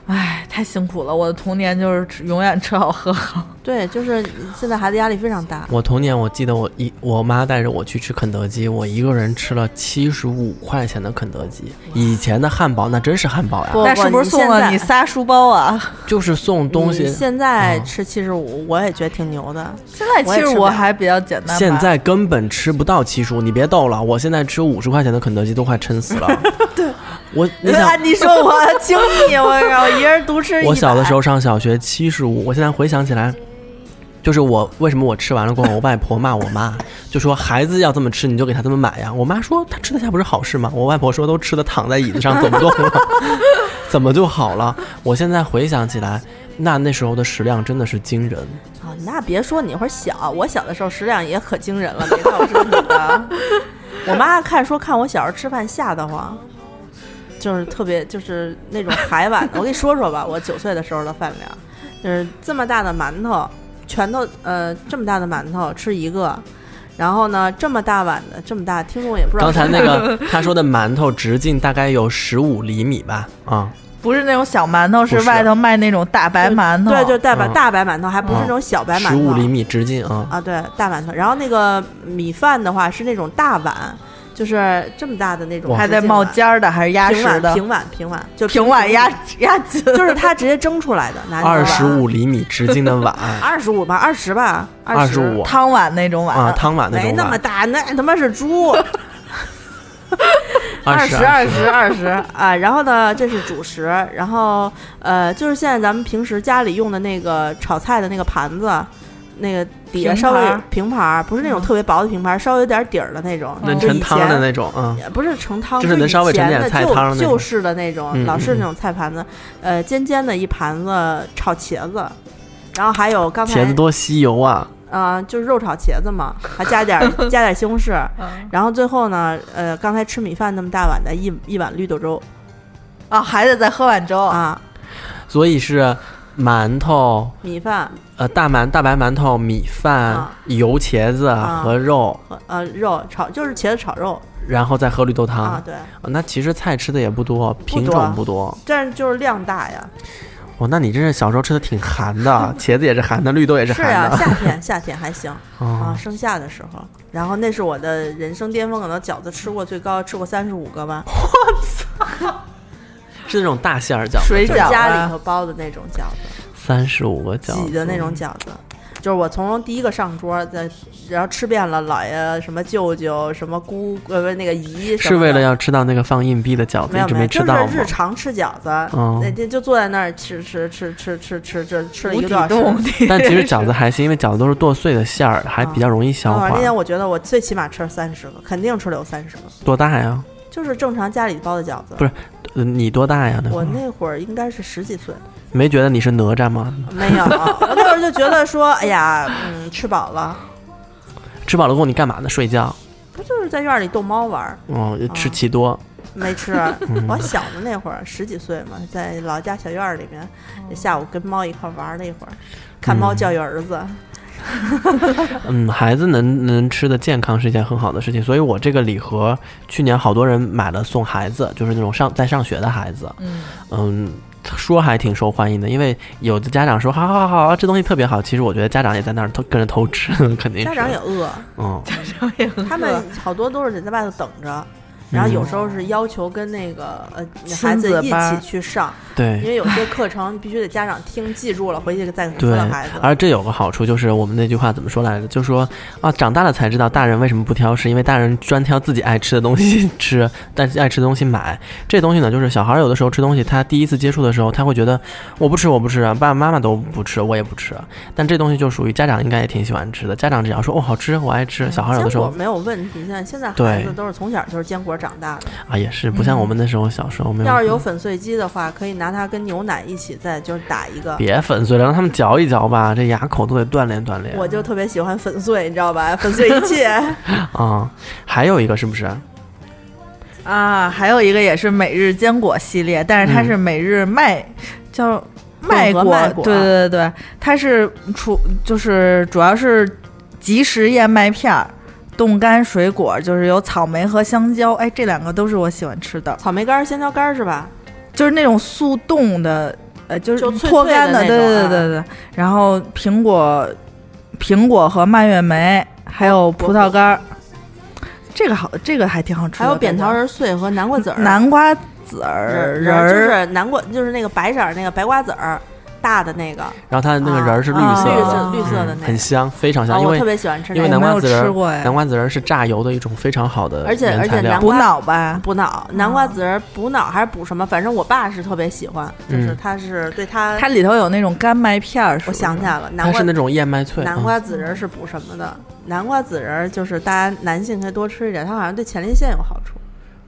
D: 哎，太辛苦了，我的童年就是吃永远吃好喝好。
A: 对，就是现在孩子压力非常大。
C: 我童年我记得我一我妈带着我去吃肯德基，我一个人吃了七十五块钱的肯德基。以前的汉堡那真是汉堡呀，
A: 不
D: 那是不是送了
A: 你
D: 哦你
A: 现
D: 仨书包啊？
C: 就是送东西
A: 你。现在
C: 嗯
A: 吃七十五，我也觉得挺牛的。
D: 现在其实我还比较简单吧。
C: 现在根本吃不到七十五，你别逗了，我现在吃五十块钱的肯德基都快 撑死了。对，我你想，
A: 你说我轻你，哎我靠，一人独吃一百。
C: 我小的时候上小学七十五，我现在回想起来，就是我为什么我吃完了过后，我外婆骂我妈，就说孩子要这么吃，你就给他这么买呀。我妈说他吃得下不是好事吗？我外婆说都吃的躺在椅子上走不动了， 怎么就好了？我现在回想起来，那那时候的食量真的是惊人。
A: 啊，那别说你那会儿小，我小的时候食量也可惊人了，没看我是你 的。我妈看说看我小时候吃饭吓得慌，就是特别就是那种海碗。我给你说说吧，我九岁的时候的饭量，就是这么大的馒头，拳头呃这么大的馒头吃一个，然后呢这么大碗的这么大，听众也不知道
C: 刚才
A: 是
C: 那个他说的馒头直径大概有十五厘米吧，啊、
D: 不是那种小馒头，
C: 不是
D: 是外头卖那种大白馒头。
A: 对，就大白、
C: 嗯
A: 大白馒头，还不是那种小白馒头，
C: 十五厘米直径啊、
A: 啊，对，大馒头。然后那个米饭的话是那种大碗，就是这么大的那种，
C: 哇
D: 还带冒尖儿的，还是压
A: 平
D: 实
A: 碗
D: 的？
A: 平碗平碗就
D: 平碗压 压紧。
A: 就是他直接蒸出来的，拿
C: 二十五厘米直径的碗，
A: 二十五吧， 二十吧，
C: 二
A: 十
C: 十五
D: 汤碗那种碗，
C: 啊，汤碗那
A: 没
C: 种
A: 那么
C: 碗，
A: 大，那他妈是 猪，
C: 二
A: 十二十二十啊。然后呢，这是主食，然后呃，就是现在咱们平时家里用的那个炒菜的那个盘子。那个底下
D: 平
A: 稍微
D: 盘儿
A: 平盘儿，不是那种
D: 嗯
A: 特别薄的平盘儿，稍微有点底儿的那种，
C: 能
A: 就
C: 盛
A: 以
C: 汤
A: 前
C: 的那种，嗯，
A: 也不是盛汤，
C: 就是
A: 以
C: 能稍微盛
A: 前
C: 点
A: 的
C: 菜
A: 旧
C: 汤那种
A: 旧式的那种，
C: 嗯
A: 老
C: 嗯
A: 式那
C: 嗯
A: 种菜盘子，呃，尖尖的一盘子炒茄子，然后还有刚才
C: 茄子多吸油啊，
A: 呃，就是肉炒茄子嘛，还加 点儿加点儿西红柿，
D: 嗯
A: 然后最后呢，呃，刚才吃米饭那么大碗的一一碗绿豆粥
D: 啊，还得再喝碗
C: 哦
D: 粥。
A: 啊，
C: 所以是馒头，
A: 米饭
C: 呃，大馒大白馒头、米饭、
A: 啊
C: 油茄子
A: 啊
C: 和肉，
A: 和呃肉炒就是茄子炒肉
C: 然后再喝绿豆汤、
A: 啊，对，
C: 那其实菜吃的也不多，品种不多。
A: 但是就是量大呀，
C: 哇，那你真是小时候吃的挺寒 的，茄子也是寒的，绿豆也是
A: 是
C: 寒
A: 啊，
C: 的。
A: 夏天夏天还行啊
C: 哦，
A: 盛夏的时候，然后那是我的人生巅峰，可能饺子吃过最高吃过三十五个吧，
C: 是那种大馅儿饺子，
D: 水
A: 就
D: 饺
A: 是
D: 啊
A: 家里头包的那种饺子，
C: 三十五个饺
A: 挤
C: 子嗯
A: 的那种饺子。就是我从第一个上桌，在然后吃遍了姥爷、什么舅舅、什么姑呃不那个姨什么的，
C: 是为了要吃到那个放硬币的饺子，
A: 没有
C: 一直
A: 没有，
C: 吃
A: 就
C: 到
A: 是
C: 吗？
A: 日常吃饺子，
C: 嗯
A: 那天就坐在那儿吃吃吃吃吃吃吃吃了一
D: 无
A: 个
D: 底
A: 多小时。
D: 洞，
C: 但其 实饺子还行，因为饺子都是剁碎的馅儿，还比较容易消
A: 啊，
C: 化
A: 那。天我觉得我最起码吃了三十个，肯定吃了有三十个，
C: 多大呀？
A: 就是正常家里包的饺子。
C: 不是嗯呃你多大呀？那会
A: 我
C: 儿
A: 那会儿应该是十几岁，
C: 没觉得你是哪吒吗？
A: 没有，我那会儿就觉得说，哎呀，嗯，吃饱了，
C: 吃饱了够你干嘛呢？睡觉。
A: 不就是在院里逗猫玩儿？
C: 哦，吃
A: 啊
C: 奇多。
A: 没吃，啊
C: 嗯
A: 我小的那会儿十几岁嘛，在老家小院儿里面，下午跟猫一块儿玩儿了一会儿，看猫教育儿子。
C: 嗯，孩子能能吃的健康是一件很好的事情，所以我这个礼盒去年好多人买了送孩子，就是那种上在上学的孩子，
D: 嗯，
C: 嗯，说还挺受欢迎的，因为有的家长说好好好，这东西特别好，其实我觉得家长也在那儿偷跟着偷吃， 肯定是
A: 家长也饿，
C: 嗯，
A: 他们好多都是得在外头等着，然后有时候是要求跟那个呃孩
D: 亲
A: 子
D: 子
A: 一起
D: 班
A: 去上，因
C: 对
A: 为有些课程必须得家长听记住了，回去再
C: 对
A: 教孩子。，
C: 而这有个好处就是我们那句话怎么说来着？就说啊，长大了才知道大人为什么不挑食，因为大人专挑自己爱吃的东西 吃，但是爱吃的东西买。这东西呢，就是小孩儿有的时候吃东西，他第一次接触的时候，他会觉得我不吃，我不吃，啊爸爸妈妈都不吃，我也不吃。啊但这东西就属于家长应该也挺喜欢吃的，家长只要说哦好吃，我爱吃，
A: 嗯
C: 小孩儿有的时
A: 坚果
C: 候
A: 没有问题，现在现在孩
C: 对
A: 子都是从小就是坚果长大的。
C: 啊也是不像我们那时候小时候没有。
A: 要是有粉碎机的话，可以拿它跟牛奶一起再就是打一个。
C: 别粉碎了，让他们嚼一嚼吧，这牙口都得锻炼锻炼。
A: 我就特别喜欢粉碎，你知道吧？粉碎一切。
C: 啊、还有一个是不是？
D: 啊，还有一个也是每日坚果系列，但是它是每日麦、叫麦
A: 混合
D: 果，
A: 麦果
D: 对对对对，它是除就是主要是即食燕麦片儿。冻干水果就是有草莓和香蕉，哎，这两个都是我喜欢吃的，
A: 草莓干儿、香蕉干儿是吧？
D: 就是那种速冻的，呃，就
A: 就是脆
D: 脱
A: 脆
D: 干
A: 的那
D: 对
A: 种
D: 对
A: 啊
D: 对对对。然后苹果、苹果和蔓越莓，还
A: 哦
D: 有葡萄干儿，这个好，这个还挺好吃的。
A: 还有扁
D: 这
A: 桃
D: 个
A: 仁碎和南瓜籽儿。
D: 南瓜籽儿
A: 仁
D: 仁
A: 儿就
D: 儿，
A: 是南瓜，就是那个白色儿那个白瓜籽儿，大的那个，
C: 然后它那个仁儿是绿
D: 啊
C: 色
A: 绿
C: 的，
A: 色绿色的
C: 嗯
A: 那个
C: 很。香，非常
A: 啊，
C: 香，因
A: 我
C: 为
A: 特别喜欢吃
C: 因
A: 那
C: 为
A: 个
C: 南瓜籽
D: 我没有
C: 仁
D: 吃过哎
C: 南瓜籽仁是榨油的一种非常好的
A: 而且
C: 原材料
A: 而且南瓜
D: 补脑吧。
A: 补脑，南瓜籽儿补脑还是补什么？反正我爸是特别喜欢，就是
C: 嗯
A: 他是对他，
D: 它里头有那种干麦片儿，是
A: 我
D: 不是
A: 想起来了，南
C: 它
A: 瓜
C: 是那嗯种燕麦脆，
A: 南瓜籽仁是补什么的？南瓜籽仁就是大家男性可以多吃一点，它好像对前列腺有好处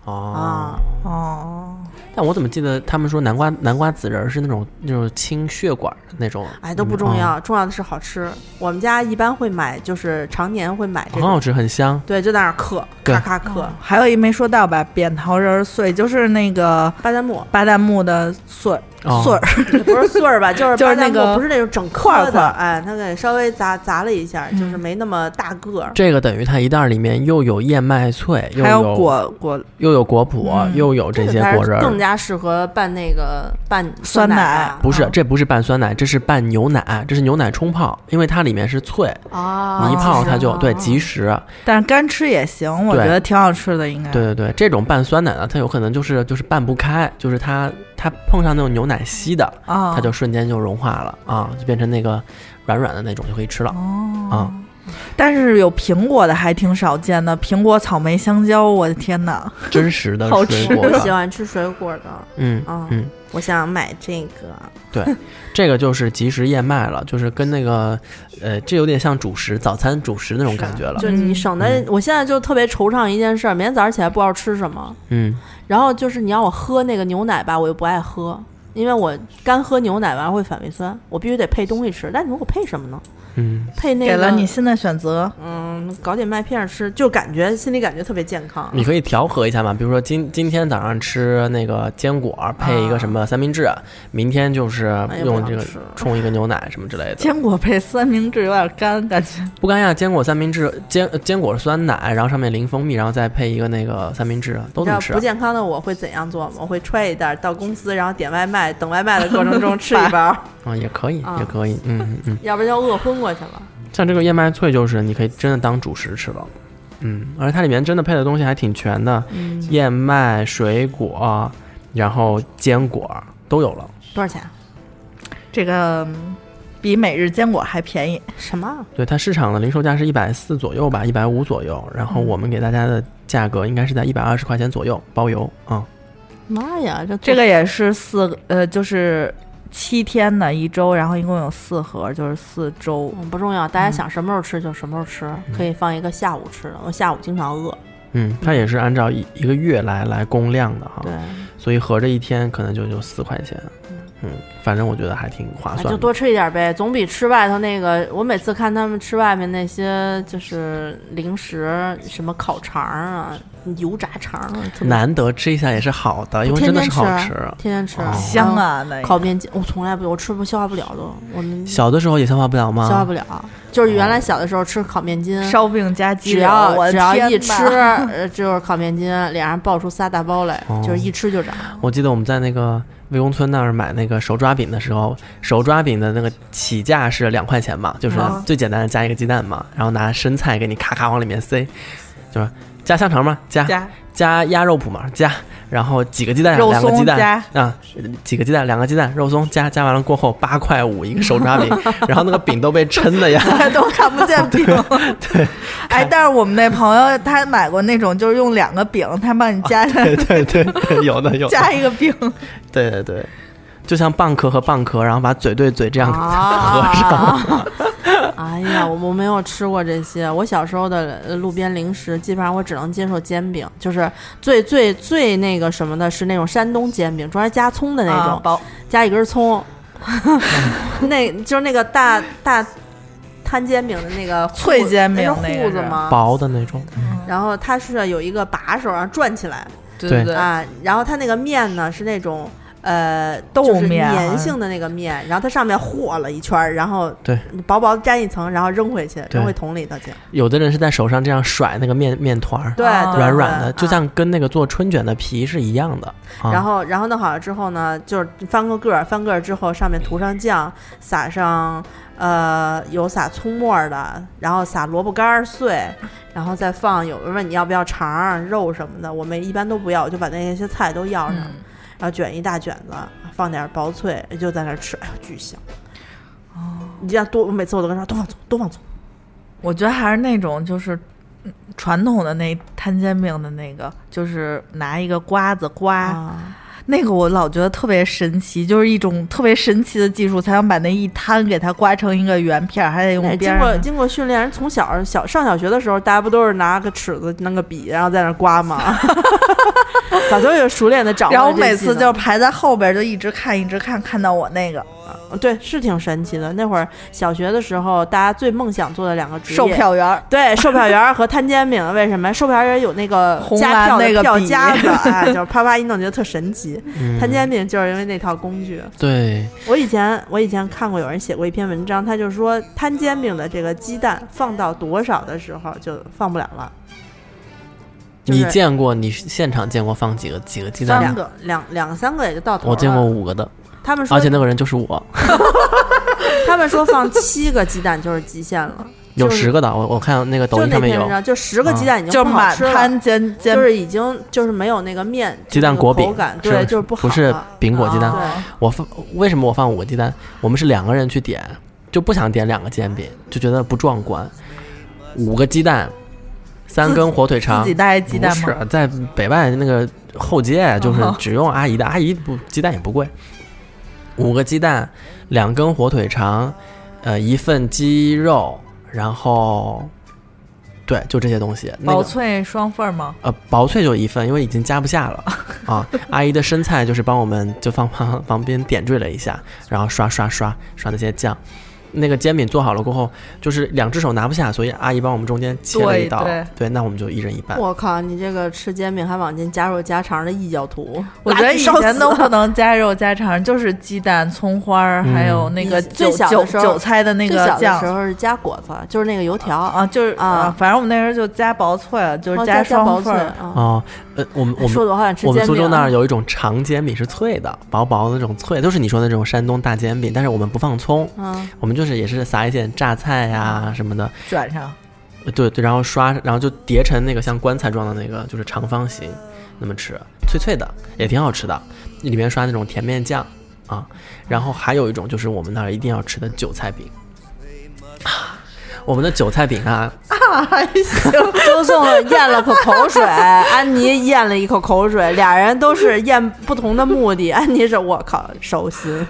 C: 嗯哦
A: 啊。。
D: 哦，
C: 但我怎么记得他们说南瓜南瓜籽仁是那种那种清血管的那种，
A: 哎，都不
C: 嗯
A: 重，
C: 哦
A: 要，重要的是好吃。我们家一般会买，就是常年会买这
C: 很
A: 个，
C: 好吃，很香。
A: 对，就在那儿嗑，
C: 对
A: 咔咔嗑。
D: 哦还有一没说到吧，扁桃仁儿碎，就是那个
A: 巴旦木
D: 巴旦木的碎
C: 哦
D: 碎儿，
A: 不是穗儿 吧，就是
D: 就是
A: 巴旦
D: 那个
A: 木不是那种整
D: 块儿
A: 颗
D: 块
A: 的，
D: 儿
A: 哎，它给稍微砸砸了一下，
D: 嗯
A: 就是没那么大个儿。
C: 这个等于它一袋儿里面又有燕麦脆，又
D: 还
C: 有
D: 有果果
C: 又有果脯，
D: 嗯
C: 又有
A: 这
C: 这
A: 个
C: 些
A: 才
C: 果
A: 是
C: 仁
A: 更
C: 儿。
A: 加适合拌那个拌
D: 酸
A: 奶
D: 奶
A: 啊
C: 不是
D: 啊，
C: 这不是拌酸奶，这是拌牛奶，这是牛奶冲泡，因为它里面是脆，
A: 啊，
C: 你一泡它就
A: 啊
C: 对即食。
D: 但是干吃也行，我
C: 对
D: 觉得挺好吃的，应
A: 哎
D: 该。
C: 对对对，这种拌酸奶呢，它有可能就是就是拌不开，就是它它碰上那种牛奶稀的，
D: 啊，
A: 哦
C: 它就瞬间就融化了啊，就变成那个软软的那种就可以吃了
A: 哦
C: 啊。
D: 但是有苹果的还挺少见的，苹果、草莓、香蕉，我的天哪！
C: 真实的
D: 好
C: 水
D: 吃
C: 果
A: 我喜
C: 的，
A: 欢吃水果的，
C: 嗯
A: 啊
C: 嗯，
A: 我想买这个。
C: 这个就是即食燕麦了，就是跟那个呃，这有点像主食早餐主食那种感觉了
A: 就，你省得
C: 嗯
A: 我现在就特别惆怅一件事儿，明天早上起来不知道吃什么，
C: 嗯
A: 然后就是你让我喝那个牛奶吧，我又不爱喝。因为我干喝牛奶完了会反胃酸，我必须得配东西吃。但你说我配什么呢？
C: 嗯，
A: 配那个
D: 给了你新的选择。
A: 嗯搞点麦片吃，就感觉心里感觉特别健康。
C: 你可以调和一下嘛，比如说今今天早上吃那个坚果配一个什么三明治，明天就是
A: 哦哎呀
C: 用
A: 不
C: 这
A: 想
C: 个
A: 吃
C: 冲一个牛奶什么之类的。
D: 坚果配三明治有点干，感觉
C: 不干呀，坚果三明治，坚呃坚果酸奶，然后上面淋蜂蜜，然后再配一个那个三明治，都
A: 你知
C: 能
A: 道
C: 吃啊
A: 不。健康的我会怎样做吗？我会揣一袋到公司，然后点外卖，等外卖的过程中吃一 包，
C: 嗯，也可以，
A: 啊
C: 也可以，嗯嗯嗯。
A: 要不然就饿昏过去了。
C: 像这个燕麦脆就是你可以真的当主食吃了，嗯，而且它里面真的配的东西还挺全的，
A: 嗯
C: 燕麦、水果，然后坚果都有了。
A: 多少钱？啊
D: 这个嗯比每日坚果还便宜。
A: 什
D: 啊
A: 么？
C: 对，它市场的零售价是一百四左右吧，一百五左右，然
A: 嗯
C: 后我们给大家的价格应该是在一百二十块钱左右，包邮啊、
A: 妈呀，这
D: 这个也是四个呃，就是七天的一周，然后一共有四盒，就是四周。
A: 嗯不重要，大家想什么时候吃就什么时候吃，可以放一个下午吃的。我下午经常饿，
C: 嗯。它也是按照一一个月来来供量的哈
A: 对，，
C: 所以合着一天可能就就四块钱，嗯，反正我觉得还挺划
A: 哎
C: 啊算
A: 就
C: 的。
A: 多吃一点呗，总比吃外头那个。我每次看他们吃外面那些就是零食，什么烤肠啊、油炸肠啊，特别
C: 难得吃一下也是好的，因为
A: 天
C: 真的
A: 天
C: 是好
A: 吃啊
C: 吃。
A: 天天吃，
C: 哦
D: 香！啊，那
A: 烤面筋，我从来不，我吃不消化不了都，我们消
C: 小的时候也消化不了吗？哦
A: 化不了。就是原来小的时候吃烤面筋，
D: 烧饼加鸡
A: 嗯只
D: 柳，
A: 要
D: 我
A: 只要
D: 天
A: 一
D: 哪
A: 吃，呃就是烤面筋，脸上爆出仨大包来，
C: 哦
A: 就是一吃就长。
C: 我记得我们在那个魏公村那儿买那个手抓饼的时候，手抓饼的那个起价是两块钱嘛，就是
D: 嗯
C: 最简单的加一个鸡蛋嘛，然后拿生菜给你咔咔往里面塞，就是加香肠吗？加
D: 加
C: 加鸭肉脯嘛？加，然后几个鸡蛋？
D: 肉
C: 两个鸡
D: 松
C: 蛋
D: 加
C: 啊，几个鸡蛋？两个鸡蛋，肉松加加完了过后八块五一个手抓饼，然后那个饼都被撑的呀，
D: 都看不见饼。
A: 哦
C: 对
D: 哎，但是我们那朋友他买过那种，就是用两个饼，他帮你
A: 哦
D: 加上、
C: 对对对对，有的有的，
D: 加一个饼，
C: 对对对，就像蚌壳和蚌壳，然后把嘴对嘴这样合上。
A: 啊！哦 哎呀，我我没有吃过这些。我小时候的呃路边零食，基本上我只能接受煎饼，就是最最最那个什么的是那种山东煎饼，专门加葱的那种，
D: 啊包
A: 加一根葱， 那就是那个大大摊煎饼的那个护
D: 脆煎饼
A: 那
D: 那
A: 是
D: 个
A: 糊子
D: 是
A: 吗？
C: 薄的那种，
A: 然后它是有一个把手，然后转起来
D: 对
C: 对
D: 对
A: 啊，然后它那个面呢是那种。呃，豆
D: 面啊
A: 粘性的那个面，然后它上面和了一圈儿，然后
C: 对
A: 薄薄粘一层，然后扔回去，
C: 对
A: 扔回桶里头去。
C: 有的人是在手上这样甩那个面面团儿，
A: 对，
D: 啊
A: 对
C: 软软的，
A: 对
C: 就像跟那个做春卷的皮是一样的。啊、
A: 然后，然后弄好了之后呢，就是翻个个儿，翻个儿之后上面涂上酱，撒上呃有撒葱末儿的，然后撒萝卜干儿碎，然后再放有人问你要不要肠儿、肉什么的，我们一般都不要，我就把那些菜都要上，
D: 嗯
A: 然后卷一大卷子，放点儿薄脆，就在那儿吃，哎呦巨香。哦，你这样多，我每次我都跟他说多放葱，多放葱。
D: 我觉得还是那种就是嗯传统的那摊煎饼的那个，就是拿一个瓜子刮、
A: 啊，
D: 那个，我老觉得特别神奇，就是一种特别神奇的技术，才能把那一摊给它刮成一个圆片儿，还得
A: 哎
D: 用边
A: 经过
D: 儿。
A: 经过训练，人从小小上小学的时候，大家不都是拿个尺子、弄个笔，然后在那儿刮吗？ 早就有熟练的掌握
D: 然后
A: 了
D: 我
A: 这技能。
D: 每次就排在后边儿，就一直看，一直看，看到我那个
A: 对，是挺神奇的。那会儿小学的时候，大家最梦想做的两个职业，
D: 售票员儿。
A: 对，售票员儿和摊煎饼，为什么？售票员儿有那个
D: 红
A: 加
D: 蓝
A: 票的
D: 那个
A: 票
D: 笔
A: 夹子，哎，就是啪啪一弄，觉得特神奇。
C: 嗯
A: 摊煎饼就是因为那套工具。
C: 对，
A: 我以前我以前看过有人写过一篇文章，他就说摊煎饼的这个鸡蛋放到多少的时候就放不了了。就是
C: 你见过？你现场见过放几个几个鸡蛋
A: 两
C: 吗？
A: 个两两三个也就到头了。
C: 我见过，五个的，
A: 他们说
C: 而且那个人就是我，
A: 他们说放七个鸡蛋就是极限了，
C: 有
A: 就是
C: 十个的。我我看那个抖
A: 就
C: 音
A: 那
C: 上面
A: 篇文
C: 有，嗯
A: 章，就十个鸡蛋已经
D: 就
A: 不好
D: 满
A: 吃了，
D: 摊煎煎
A: 就是已经就是没有那个面
C: 鸡蛋
A: 那个
C: 果饼
A: 口感，
C: 是
A: 对，就是不好
C: 不是
A: 了
C: 饼果鸡蛋。
A: 啊
C: 我放为什么我放五个鸡蛋？我们是两个人去点，就不想点两个煎饼，就觉得不壮观。五个鸡蛋，三
D: 自
C: 根火腿肠
D: 自己，带鸡蛋
C: 不
D: 吗？
C: 是，在北外那个后街，啊就是
D: 哦
C: 只用阿姨的，阿姨不鸡蛋也不贵，五个鸡蛋，两根火腿肠，呃，一份鸡肉，然后，对，就这些东西。那
D: 薄
C: 个
D: 脆双份儿吗？
C: 呃，薄脆就一份，因为已经夹不下 了啊。阿姨的生菜就是帮我们就放旁旁边点缀了一下，然后刷刷刷刷那些酱，那个煎饼做好了过后，就是两只手拿不下，所以阿姨帮我们中间切了
D: 对
C: 一道，
D: 对
C: 那我们就一人一半。
A: 我靠，你这个吃煎饼还往进加入家常的异教徒，
D: 我觉得以
A: 垃圾
D: 前
A: 烧
D: 都
A: 死
D: 不能加肉加肠，就是鸡蛋、葱花儿，还有那个
A: 以嗯最
D: 韭
A: 小的
D: 韭
A: 时候
D: 韭菜的那
A: 最
D: 个
A: 小的时
D: 酱
A: 候是加果子，就是那个油条，
D: 啊，就是
A: 啊
D: 啊，反正我们那时候就加薄脆，就
A: 然后
D: 是
A: 加
D: 双
A: 薄脆
D: 份儿。
A: 啊。
C: 哦，呃，我们我们
A: 说的我好想吃
C: 我们
A: 煎
C: 苏州
A: 饼
C: 那儿
A: 啊。
C: 有一种长煎饼是脆的，薄薄的那种脆，都是你说的那种山东大煎饼，但是我们不放葱，
A: 嗯，
C: 我们就是也是撒一点榨菜呀、什么的，
D: 转上，
C: 呃对对，然后刷，然后就叠成那个像棺材状的那个，就是长方形，那么吃，脆脆的，也挺好吃的，里面刷那种甜面酱啊，然后还有一种就是我们那儿一定要吃的韭菜饼。 我们的韭菜饼啊，
A: 周颂咽了口口水，安妮咽了一口口水，俩人都是咽不同的目的。安妮是我靠手心，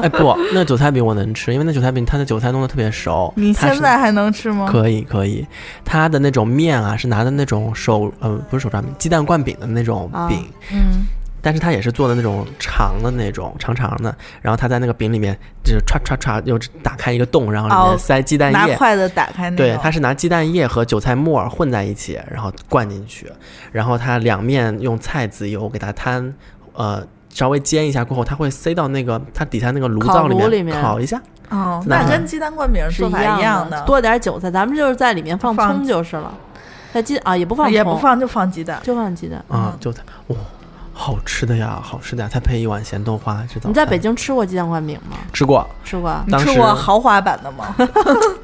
C: 哎不，那韭菜饼我能吃，因为那韭菜饼它的韭菜弄得特别熟。
D: 你
C: 它
D: 现
C: 是
D: 在还能吃吗？
C: 可以可以，它的那种面啊是拿的那种手呃不是手抓饼，鸡蛋灌饼的那种
A: 啊
C: 饼，
D: 嗯，
C: 但是它也是做的那种长的那种长长的，然后它在那个饼里面就是歘歘歘又打开一个洞，然后里
D: 哦
C: 面塞鸡蛋
D: 拿
C: 液。
D: 筷子打开那
C: 对
D: 个，，
C: 它是拿鸡蛋液和韭菜末儿混在一起，然后灌进去，然后它两面用菜籽油给它摊，呃，稍微煎一下过后，它会塞到那个它底下那个炉
A: 烤
C: 灶里
A: 炉
C: 面
A: 里面
C: 烤一下。
D: 哦，
C: 那
D: 那跟鸡蛋灌饼
A: 是
D: 做法
A: 一
D: 样
A: 的，
D: 的，
A: 多点韭菜，咱们就是在里面放
D: 放
A: 葱就是了。在鸡啊也不放葱，
D: 也不放就放鸡蛋。
A: 就放鸡蛋。
C: 啊，就它哇，好吃的呀，好吃的呀！再配一碗咸豆花，这早
A: 你在
C: 餐
A: 北京吃过鸡蛋灌饼吗？
C: 吃过？
A: 吃过啊。
D: 你
C: 当
D: 吃
C: 时
D: 过豪华版的吗？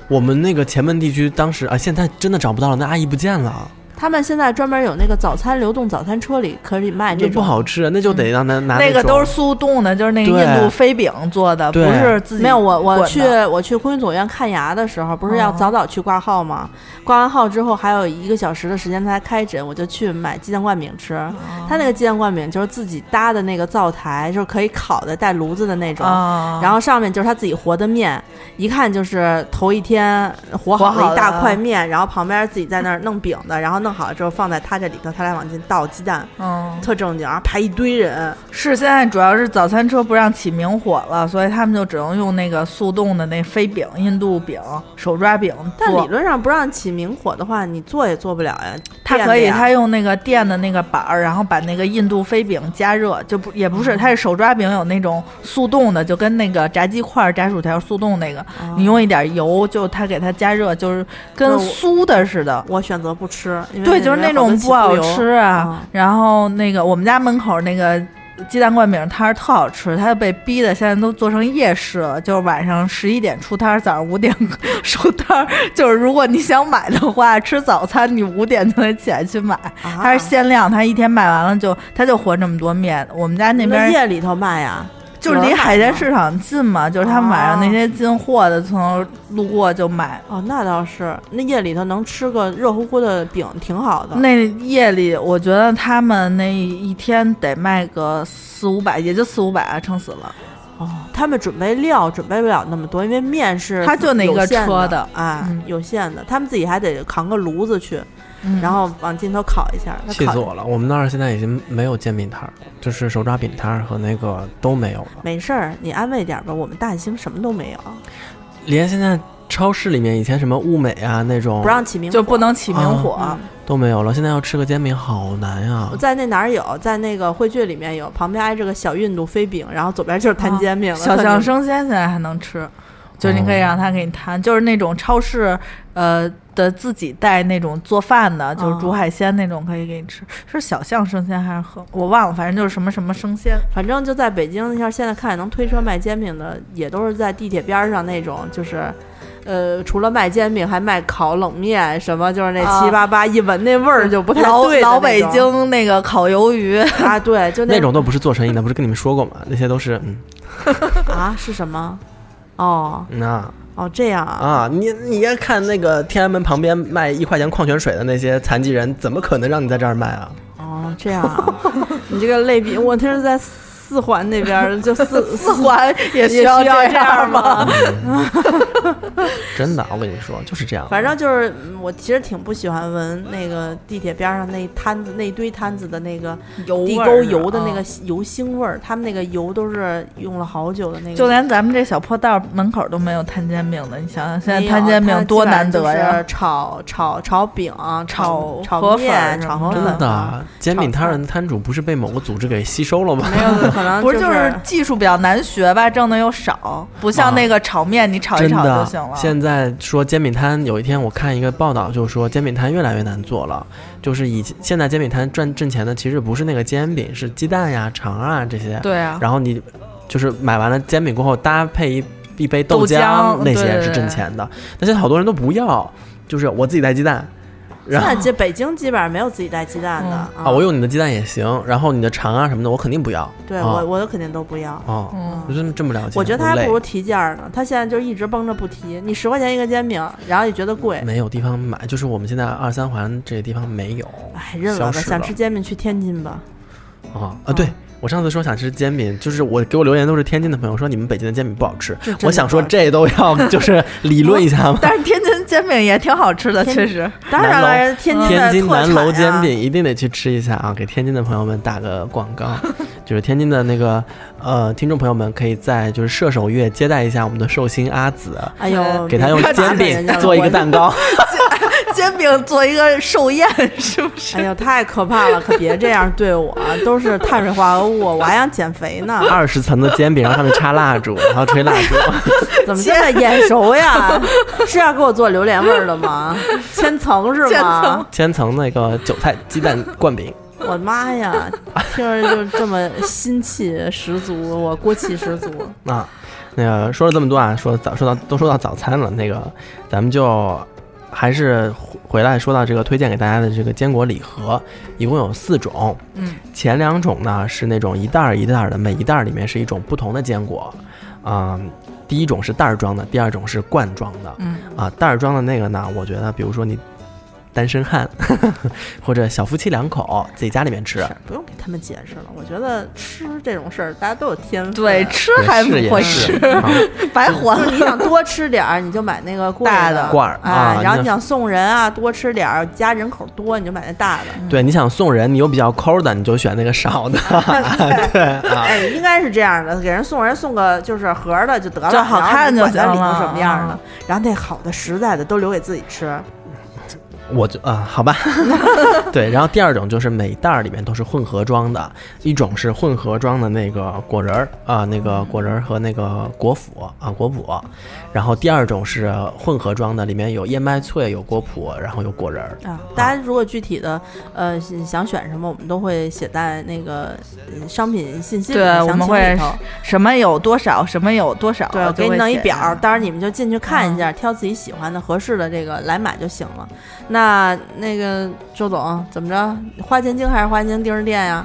C: 我们那个前门地区当时啊，现在真的找不到了，那阿姨不见了，
A: 他们现在专门有那个早餐流动早餐车里可以卖这
C: 那
A: 种，嗯
C: 不好吃，那就得让他拿
D: 那个都
C: 种
D: 是速冻的，就是那个
C: 对
D: 印度飞饼做的，不
C: 对
D: 是自己
A: 没有我我
D: 滚的
A: 去我去空军总院看牙的时候，不是要
D: 哦
A: 早早去挂号吗？挂完号之后还有一个小时的时间才开诊，我就去买鸡蛋灌饼吃。
D: 哦
A: 他那个鸡蛋灌饼就是自己搭的那个灶台，就是可以烤的带炉子的那种。
D: 啊，
A: 然后上面就是他自己和的面，一看就是头一天和好
D: 和好
A: 了
D: 的
A: 一大块面，然后旁边自己在那儿弄饼的，然后弄好了之后放在他这里头，他来往进倒鸡蛋，
D: 嗯，
A: 特正经，然后排一堆人，
D: 是现在主要是早餐车不让起明火了，所以他们就只能用那个速冻的那飞饼、印度饼、手抓饼
A: 但理
D: 做。
A: 论上不让起明火的话，你做也做不了呀。
D: 它
A: 垫
D: 可
A: 着
D: 以，
A: 呀
D: 它用那个电的那个板儿，然后把那个印度飞饼加热，就不也不
A: 嗯
D: 是，它是手抓饼有那种速冻的，就跟那个炸鸡块儿、炸薯条速冻那个，
A: 哦
D: 你用一点油，就它给它加热，就是跟
A: 那我
D: 酥的似的。
A: 我选择不吃，因为
D: 对，
A: 里
D: 就是那
A: 面有好
D: 种
A: 多
D: 不好
A: 起酥油
D: 吃啊
A: 嗯。
D: 然后那个我们家门口那个鸡蛋灌饼摊儿特好吃，它被逼的现在都做成夜市了，就是晚上十一点出摊儿，早上五点 收摊儿。就是如果你想买的话，吃早餐你五点就得起来去买。
A: 啊
D: 它是限量，它一天卖完了就它就和这么多面。我们家那边
A: 夜里头卖呀，
D: 就是离海鲜市场近嘛，就是他们晚上那些进货的从路过就买。
A: 哦，那倒是，那夜里头能吃个热乎乎的饼挺好的。
D: 那夜里，我觉得他们那一天得卖个四五百，也就四五百啊，撑死了。
A: 哦，他们准备料准备不了那么多，因为面是
D: 他就那个
A: 有限
D: 车
A: 的
D: 的，
A: 哎
D: 嗯，
A: 有限的，他们自己还得扛个炉子去，
D: 嗯
A: 然后往尽头烤一下。那
C: 气
A: 烤
C: 死我了！我们那儿现在已经没有煎饼摊儿，就是手抓饼摊儿和那个都没有了，
A: 没事儿，你安慰点儿吧，我们大兴什么都没有，
C: 连现在超市里面以前什么物美啊那种
A: 不让起名
D: 就不能起明火。
A: 啊。嗯
C: 都没有了，现在要吃个煎饼好难啊呀、
A: 我在那哪儿有，在那个汇聚里面有，旁边挨着个小印度飞饼，然后左边就是摊煎饼了。
D: 哦啊小
A: 特
D: 象
A: 牛
D: 生鲜现在还能吃，就是你可以让他给你
A: 哦
D: 摊，就是那种超市呃的自己带那种做饭
A: 哦
D: 的，就是煮海鲜那种可以给你吃。是小象生鲜还是和我忘了，反正就是什么什么生鲜。
A: 反正就在北京，像现在看能推车卖煎饼的，也都是在地铁边儿上那种，就是，呃，除了卖煎饼，还卖烤冷面，什么就是那
D: 啊
A: 七八八，一闻那味儿就不太
D: 老
A: 对的
D: 老
A: 那
D: 北
A: 种
D: 京那个烤鱿鱼，
A: 啊，对，就
C: 那种都不是做生意的，不是跟你们说过吗？那些都是嗯
A: 啊是什么？哦
C: 那
A: 哦，这样啊，
C: 啊，你你要看那个天安门旁边卖一块钱矿泉水的那些残疾人，怎么可能让你在这儿卖啊？
A: 哦这样啊，你这个类比，我这是在四环那边儿就四
B: 四环也
A: 也
B: 需
A: 需要
B: 这
A: 样
B: 吗？？
C: 真的，我跟你说就是这样。
A: 反正就是嗯我其实挺不喜欢闻那个地铁边上那摊子那一堆摊子的那个
D: 油
A: 地
D: 味儿
A: 沟
D: 是
A: 油的
D: 吧
A: 那个油腥味儿，他们那个油都是用了好久的那个，
D: 就连咱们这小破道门口都没有摊煎饼的，你想想现
A: 没有
D: 在摊煎
A: 它
D: 饼
A: 基
D: 多
A: 本上
D: 难得
A: 就
D: 呀
A: 是！炒炒炒饼、炒
D: 炒
A: 炒
D: 河粉
A: 面、
D: 什
A: 炒河
D: 么
A: 粉
D: 的
C: 真
A: 啊
C: 的，煎饼摊上的摊主不是被某个组织给吸收了吗？
A: 没有可能
D: 不是，
A: 就啊
D: 就是技术比较难学吧，挣的又少，不像那个炒面，你炒一
C: 真
D: 炒
C: 的
D: 就行了。
C: 现在说煎饼摊，有一天我看一个报道，就说煎饼摊越来越难做了。就是以前现在煎饼摊赚挣钱的，其实不是那个煎饼，是鸡蛋呀、肠啊这些。
D: 对啊，
C: 然后你就是买完了煎饼过后，搭配一一杯豆
D: 豆浆
C: 那
D: 对
C: 些
D: 对
C: 是挣
D: 对
C: 钱的。但现在好多人都不要，就是我自己带鸡蛋，
A: 现
C: 然后
A: 在这北京基本上没有自己带鸡蛋的
D: 嗯
C: 啊，我用你的鸡蛋也行，然后你的肠啊什么的，我肯定不要。
A: 对
C: 啊
A: 我我肯定都不要。
C: 哦，
D: 嗯，
C: 就这么这么了解，
A: 我觉得他
C: 累
A: 还不如提价儿呢，他现在就一直绷着不提。你十块钱一个煎饼，然后也觉得贵，
C: 没有地方买，就是我们现在二三环这个地方没有
A: 哎，认了吧，
C: 消失
A: 想
C: 了
A: 吃煎饼去天津吧。哦
C: 啊啊！对我上次说想吃煎饼，就是我给我留言都是天津的朋友说你们北京的煎饼不好吃
A: 真，的
C: 我想说
A: 不好
C: 这 都要就是理论一下嘛。
D: 但是天津煎饼也挺好吃的，
A: 天
D: 确实。
A: 当然了，
C: 南
A: 人家天津
C: 天
A: 的
C: 津
A: 特
C: 南
A: 产啊
C: 楼煎
A: 呀
C: 饼一定得去吃一下啊！给天津的朋友们打个广 告，就是天津的那个呃听众朋友们可以在就是射手月接待一下我们的寿星阿紫，
A: 哎呦，
C: 给他用
A: 别打
C: 煎
A: 人
C: 饼
A: 家了
C: 做一个。蛋糕。
D: 煎饼做一个寿宴，是不
A: 我
D: 是？
A: 哎呦，太可怕了！可别这样对我，都是碳水化合物，我还想减肥呢。
C: 二十层的煎饼，然后上面插蜡烛，然后吹蜡烛。
A: 怎么现在眼熟呀？是要给我做榴莲味儿的吗？千层是
D: 千
A: 吗
D: 层？
C: 千层那个韭菜鸡蛋灌饼，
A: 我的妈呀，听着就这么心气十足，我锅气十足。
C: 啊，那个说了这么多啊，说早说到都说到早餐了，那个咱们就还是回回来说到这个推荐给大家的这个坚果礼盒，一共有四种。
D: 嗯，
C: 前两种呢是那种一袋儿一袋儿的，每一袋儿里面是一种不同的坚果，嗯。第一种是袋儿装的，第二种是罐装的。
D: 嗯，
C: 啊，袋儿装的那个呢，我觉得，比如说你单身汉或者小夫妻两口自己家里面吃，
A: 不用给他们解释了，我觉得吃这种事儿大家都有天啊分。
D: 对，吃
C: 也
D: 还不
C: 是也
D: 会
C: 是
D: 吃，
C: 啊
D: 白活
A: 就是
D: 了。
A: 哎你想多吃点儿，你就买那个贵
D: 大
A: 的
D: 的
C: 罐儿啊
A: 哎，然后
C: 那
A: 你想送人啊，多吃点儿，家人口多，你就买那大的。
C: 对，你想送人，你又比较抠的，你就选那个少的。对啊，
A: 哎，应该是这样的，给人送人送个就是盒儿的就得了，
D: 就好看就行了
A: 然后你管它里头什么样的
D: 啊，
A: 然后那好的实在的都留给自己吃。
C: 我就啊，好吧。 对，然后第二种就是每袋儿里面都是混合装的，一种是混合装的那个果仁儿啊，那个果仁儿和那个果脯啊果脯，然后第二种是混合装的，里面有燕麦脆、有果脯，然后有果仁儿。
A: 啊，大家如果具体的呃想想选什么，我们都会写在那个呃商品信息里
D: 对
A: 面
D: 我
A: 详情
D: 们会
A: 里头。
D: 什么有多少，什么有多少，
A: 对，我
D: 就
A: 给你
D: 会
A: 弄一
D: 写
A: 表儿，
D: 上嗯
A: 到时候你们就进去看一下，挑自己喜欢的、合适的这个来买就行了。那那个周总怎么着？花钱精还是花钱定时店呀？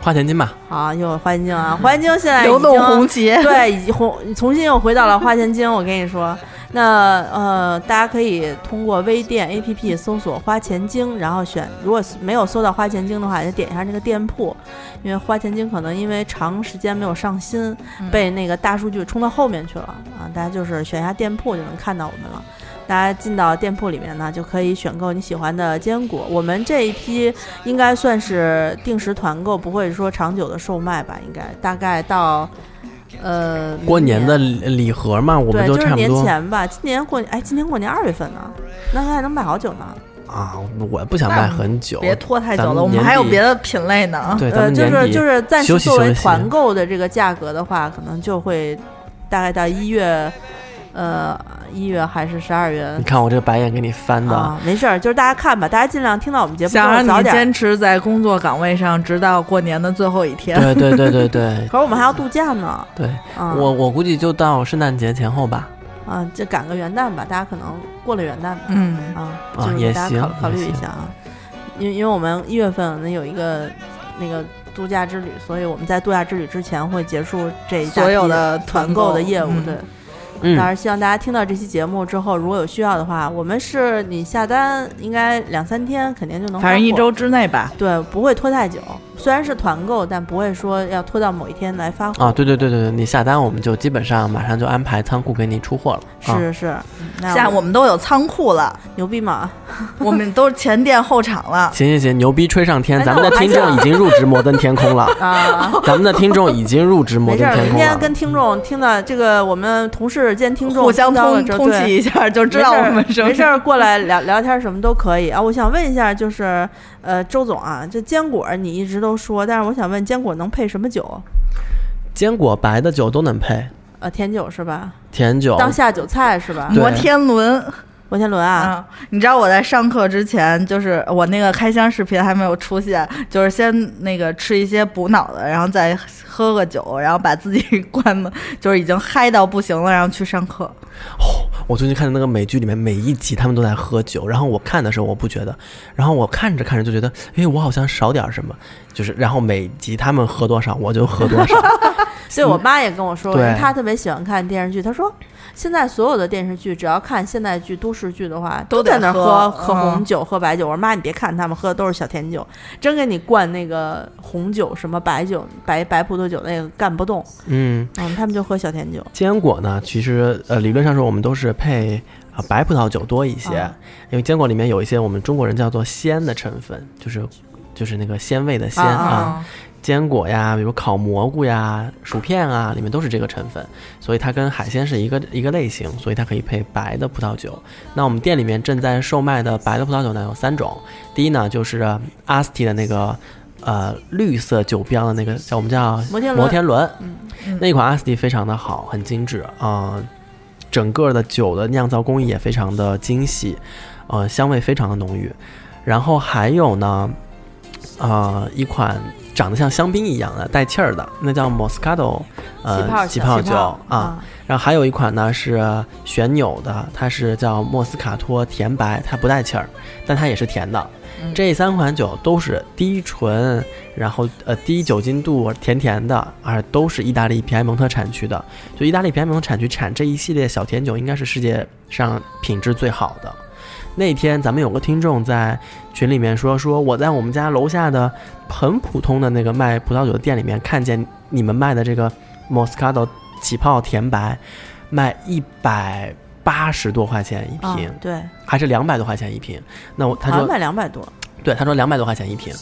C: 花钱金吧，
A: 好，又有花钱精啊！花钱精现在已
D: 流动
A: 经
D: 红旗。
A: 对，已经红重新又回到了花钱精。我跟你说，那呃，大家可以通过微店 APP 搜索“花钱精”，然后选，如果没有搜到花钱精的话，就点一下那个店铺，因为花钱精可能因为长时间没有上新，
D: 嗯
A: 被那个大数据冲到后面去了啊。大家就是选一下店铺就能看到我们了。大家进到店铺里面呢，就可以选购你喜欢的坚果。我们这一批应该算是定时团购，不会说长久的售卖吧？应该大概到呃
C: 过
A: 明
C: 年的礼礼盒嘛，我
A: 对，
C: 们
A: 就
C: 差
A: 是
C: 不
A: 年
C: 多
A: 前吧。今年过年，哎，今年过年二月份呢，那还能卖好久呢。
C: 啊，我不想卖很久，
D: 别拖太久
C: 咱们
D: 了，我们
C: 年
D: 还有
C: 底
D: 别的品类呢啊。
C: 对，咱
A: 呃，
C: 们
A: 就
C: 年
A: 是
C: 底
A: 就是暂时
C: 休息
A: 作
C: 休
A: 为
C: 息
A: 团购的这个价格的话，可能就会大概到一月，呃，一月还是十二月
C: 你看我这个白眼给你翻的，
A: 啊，没事儿，就是大家看吧，大家尽量听到我们节目之
D: 想
A: 后
D: 让
A: 早
D: 你
A: 点
D: 坚持在工作岗位上，直到过年的最后一天。
C: 对对对对对
A: 可是我们还要度假呢，
C: 对，
A: 啊，
C: 我我估计就到圣诞节前后吧，
A: 啊，这赶个元旦吧，大家可能过了元旦吧，
D: 嗯，
A: 啊，
C: 啊
A: 就是
C: 也
A: 给大家考
C: 行
A: 考
C: 也
A: 虑一
C: 行
A: 下啊，因为因为我们一月份可能有一个那个度假之旅，所以我们在度假之旅之前会结束这一大
D: 所有
A: 批
D: 的
A: 团
D: 购
A: 的业务，
D: 嗯
A: 对，
C: 嗯
A: 当然，希望大家听到这期节目之后，如果有需要的话，我们是你下单应该两三天肯定就能，
D: 反正一。周之内吧。
A: 对，不会拖太久。虽然是团购，但不会说要拖到某一天来发货。
C: 啊，对对对对对，你下单我们就基本上马上就安排仓库给你出货了。啊、
A: 是是，嗯那
B: 下我们都有仓库 了，
A: 牛逼吗？
B: 我们都是前店后厂 了。
C: 行行行，牛逼吹上
A: 哎
C: 天！咱们的听众已经入职摩登天空了，
A: 啊，
C: 咱们的听众已经入职摩
A: 没事
C: 登
A: 儿，
C: 天
A: 明
C: 空啊
A: 天
C: 了。
A: 跟听众听到这个，我们同事见听众
B: 互相
A: 听到
B: 通
A: 了之后
B: 通
A: 对
B: 气一下，就知道我们什么
A: 没事儿过来聊聊天，什么都可以啊。我想问一下，就是呃，周总啊，这坚果你一直都说，但是我想问，坚果能配什么酒？
C: 坚果白的酒都能配，
A: 呃，甜酒是吧？
C: 甜酒
A: 当下酒菜是吧
C: 对？
B: 摩天轮
A: 摩天轮啊，
B: 啊！
D: 嗯你知道我在上课之前，就是我那个开箱视频还没有出现，就是先那个吃一些补脑的，然后再喝个酒，然后把自己 灌的，就是已经嗨到不行了，然后去上课。
C: 我最近看的那个美剧里面，每一集他们都在喝酒，然后我看的时候我不觉得，然后我看着看着就觉得，哎，我好像少点儿什么，就是然后每集他们喝多少我就喝多少，
A: 对我妈也跟我说，
C: 嗯对
A: 因为她特别喜欢看电视剧，她说。现在所有的电视剧，只要看现代剧、都市剧的话，
B: 都
A: 都
B: 得
A: 在那儿
B: 喝
A: 喝
B: 嗯
A: 红酒、喝白酒。我说妈，你别看他们喝的都是小甜酒，真给你灌那个红酒、什么白酒、白白葡萄酒，那个干不动。
C: 嗯。
A: 嗯，他们就喝小甜酒。
C: 坚果呢，其实呃，理论上说我们都是配啊、呃白葡萄酒多一些，
A: 啊
C: 因为坚果里面有一些我们中国人叫做鲜的成分，就是就是那个鲜味的鲜
A: 啊啊
C: 啊。坚果呀，比如烤蘑菇呀、薯片啊，里面都是这个成分，所以它跟海鲜是一个一个类型，所以它可以配白的葡萄酒。那我们店里面正在售卖的白的葡萄酒呢有三种，第一呢就是阿斯提的那个呃绿色酒标的那个叫我们叫
A: 摩天轮
C: 摩天轮，那款阿斯蒂非常的好，很精致啊、呃整个的酒的酿造工艺也非常的精细，呃，香味非常的浓郁。然后还有呢，呃，一款长得像香槟一样的带气儿的，那叫 Moscato，呃，
A: 气泡
C: 气泡酒
A: 酒
C: 啊。，然后还有一款呢是旋钮的，它是叫莫斯卡托甜白，它不带气儿，但它也是甜的。这三款酒都是低醇，然后呃低酒精度，甜甜的，而都是意大利皮埃蒙特产区的。就意大利皮埃蒙特产区产这一系列小甜酒，应该是世界上品质最好的。那天咱们有个听众在群里面说，说我在我们家楼下的很普通的那个卖葡萄酒的店里面看见你们卖的这个 Moscato 起泡甜白，卖一百八十多块钱一
A: 啊
C: 瓶，
A: 对，
C: 还是两百多块钱一瓶？那我他
A: 好像
C: 说
A: 卖两百多，
C: 对，他说两百多块钱一瓶，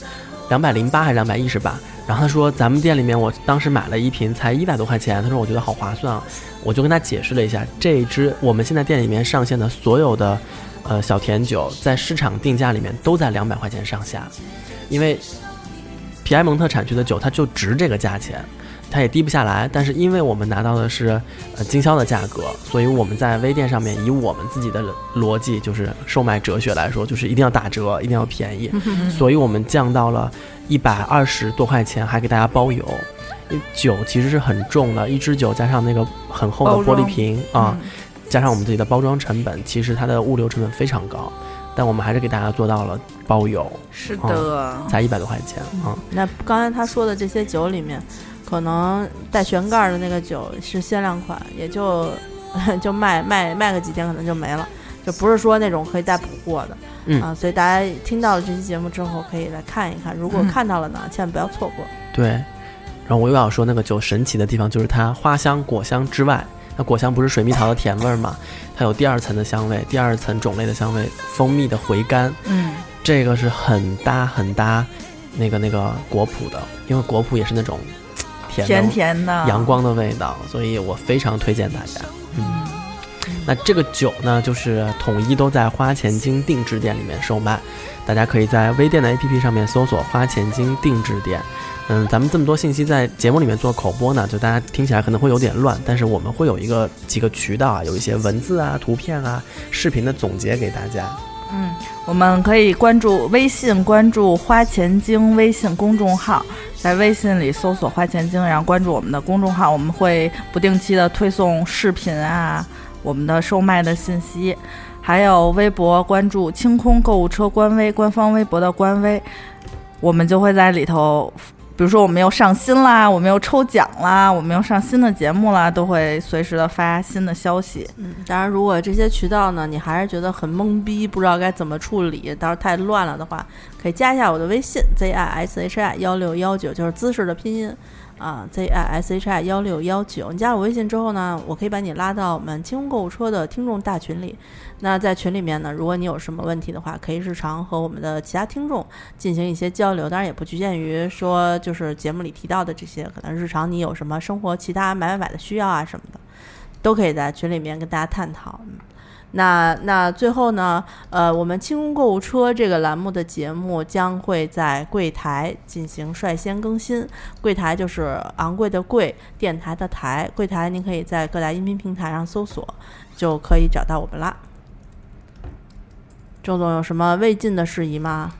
C: 两百零八还是两百一十八。然后他说咱们店里面我当时买了一瓶才一百多块钱，他说我觉得好划算啊。我就跟他解释了一下，这一支我们现在店里面上线的所有的呃小甜酒，在市场定价里面都在两百块钱上下，因为皮埃蒙特产区的酒它就值这个价钱。它也低不下来，但是因为我们拿到的是呃经销的价格，所以我们在微店上面以我们自己的逻辑，就是售卖哲学来说，就是一定要打折，一定要便
D: 嗯
C: 宜。所以我们降到了一百二十多块钱，还给大家包邮。因为酒其实是很重的，一支酒加上那个很厚的
D: 包
C: 玻璃
D: 装嗯
C: 瓶啊，加上我们自己的包装成本，其实它的物流成本非常高，但我们还是给大家做到了包邮，
D: 嗯是
C: 的，才一百多块钱啊。
A: 那刚才他说的这些酒里面，可能带悬盖儿的那个酒是限量款，也就 就卖卖卖个几天，可能就没了，就不是说那种可以再补货的。
C: 嗯
A: 啊，所以大家听到了这期节目之后，可以来看一看。如果
D: 嗯
A: 看到了呢，千万不要错过。
C: 对，然后我又要说那个酒神奇的地方，就是它花香、果香之外，那果香不是水蜜桃的甜味儿嘛，它有第二层的香味，第二层种类的香味，蜂蜜的回甘，
D: 嗯，
C: 这个是很搭很搭那个那个果脯的，因为果脯也是那种甜的
D: 甜甜的
C: 阳光的味道，所以我非常推荐大家。嗯，那这个酒呢，就是统一都在花钱精定制店里面售卖，大家可以在微店的 APP 上面搜索“花钱精定制店”。嗯，咱们这么多信息在节目里面做口播呢，就大家听起来可能会有点乱，但是我们会有一个几个渠道啊，有一些文字啊、图片啊、视频的总结给大 家。
D: 嗯，我们可以关注微信，关注“花钱精”微信公众号，在微信里搜索“花钱精”，然后关注我们的公众号，我们会不定期的推送视频啊，我们的售卖的信息，还有微博关注“清空购物车”官微，官方微博的官微，我们就会在里头比如说我们又上新啦，我们又抽奖啦，我们又上新的节目啦，都会随时的发新的消息。
A: 嗯，当然，如果这些渠道呢，你还是觉得很懵逼，不知道该怎么处理，到时候太乱了的话，可以加一下我的微信 z i s h i 幺六幺九，就是姿势的拼音啊，z i s h i 幺六幺九。你加我微信之后呢，我可以把你拉到我们清空购物车的听众大群里。那在群里面呢，如果你有什么问题的话，可以日常和我们的其他听众进行一些交流，当然也不局限于说就是节目里提到的这些，可能日常你有什么生活其他买买买的需要啊什么的。都可以在群里面跟大家探讨。嗯那那最后呢，呃，我们清空购物车这个栏目的节目将会在柜台进行率先更新。柜台就是昂贵的贵，电台的台。柜台您可以在各大音频平台上搜索，就可以找到我们啦。周总有什么未尽的事宜吗？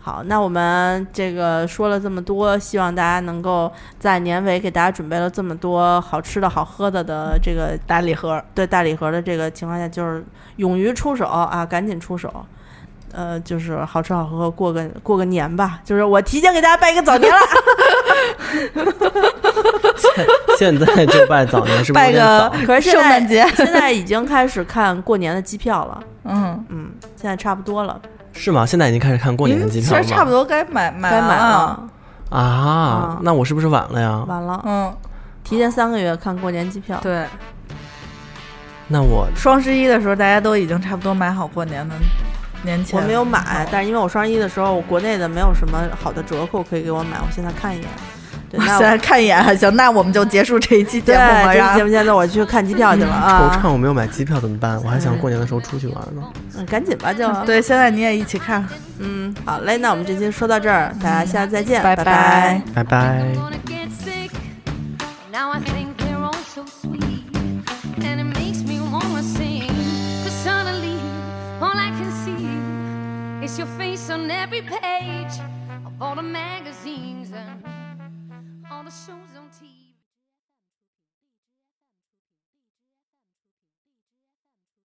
A: 好，那我们这个说了这么多，希望大家能够在年尾给大家准备了这么多好吃的好喝的的这个
D: 大礼盒，
A: 对大礼盒的这个情况下，就是勇于出手啊，赶紧出手。呃，就是好吃好喝过个过个年吧，就是我提前给大家拜一个早 年了，
C: 现在就拜早年，是不是
D: 拜
C: 有点
D: 个
C: 早？
A: 可是现
D: 圣
A: 在
D: 诞节，
A: 现在已经开始看过年的机票了，
D: 嗯，
A: 嗯，现在差不多了，
C: 是吗？现在已经开始看过年的机
D: 嗯其
C: 票了
D: 实
C: 吗？
D: 差不多该买买
A: 该买
D: 了。
A: 了，
C: 啊
A: 嗯，
C: 那我是不是晚了呀？
A: 完了，
D: 嗯，
A: 提前三个月看过年机票，
D: 对，
C: 那我
D: 双十一的时候大家都已经差不多买好过年的年前。
A: 我没有买，但是因为我双十一的时候，我国内的没有什么好的折扣可以给我买，我现在看一眼。对，那
D: 现
A: 我
D: 在看一眼，行，那我们就结束这一期节目吧。
A: 对这期
D: 然
A: 节
D: 后嗯
A: 目现在我去看机票去了
C: 惆
A: 啊，
C: 怅，我没有买机票怎么办？我还想过年的时候出去玩呢。
A: 嗯，赶紧吧就。，
D: 对，现在你也一起看，
A: 嗯，好嘞，那我们这期说到这儿，大家下次再见，
D: 拜
A: 拜
C: 拜
D: 拜
C: 拜
E: I'm。gonna get sick. Now I think they're all so sweet. And it makes me wanna sing. Cause suddenly, all I can see is your face on every page of all the magazines and all the shows on TV.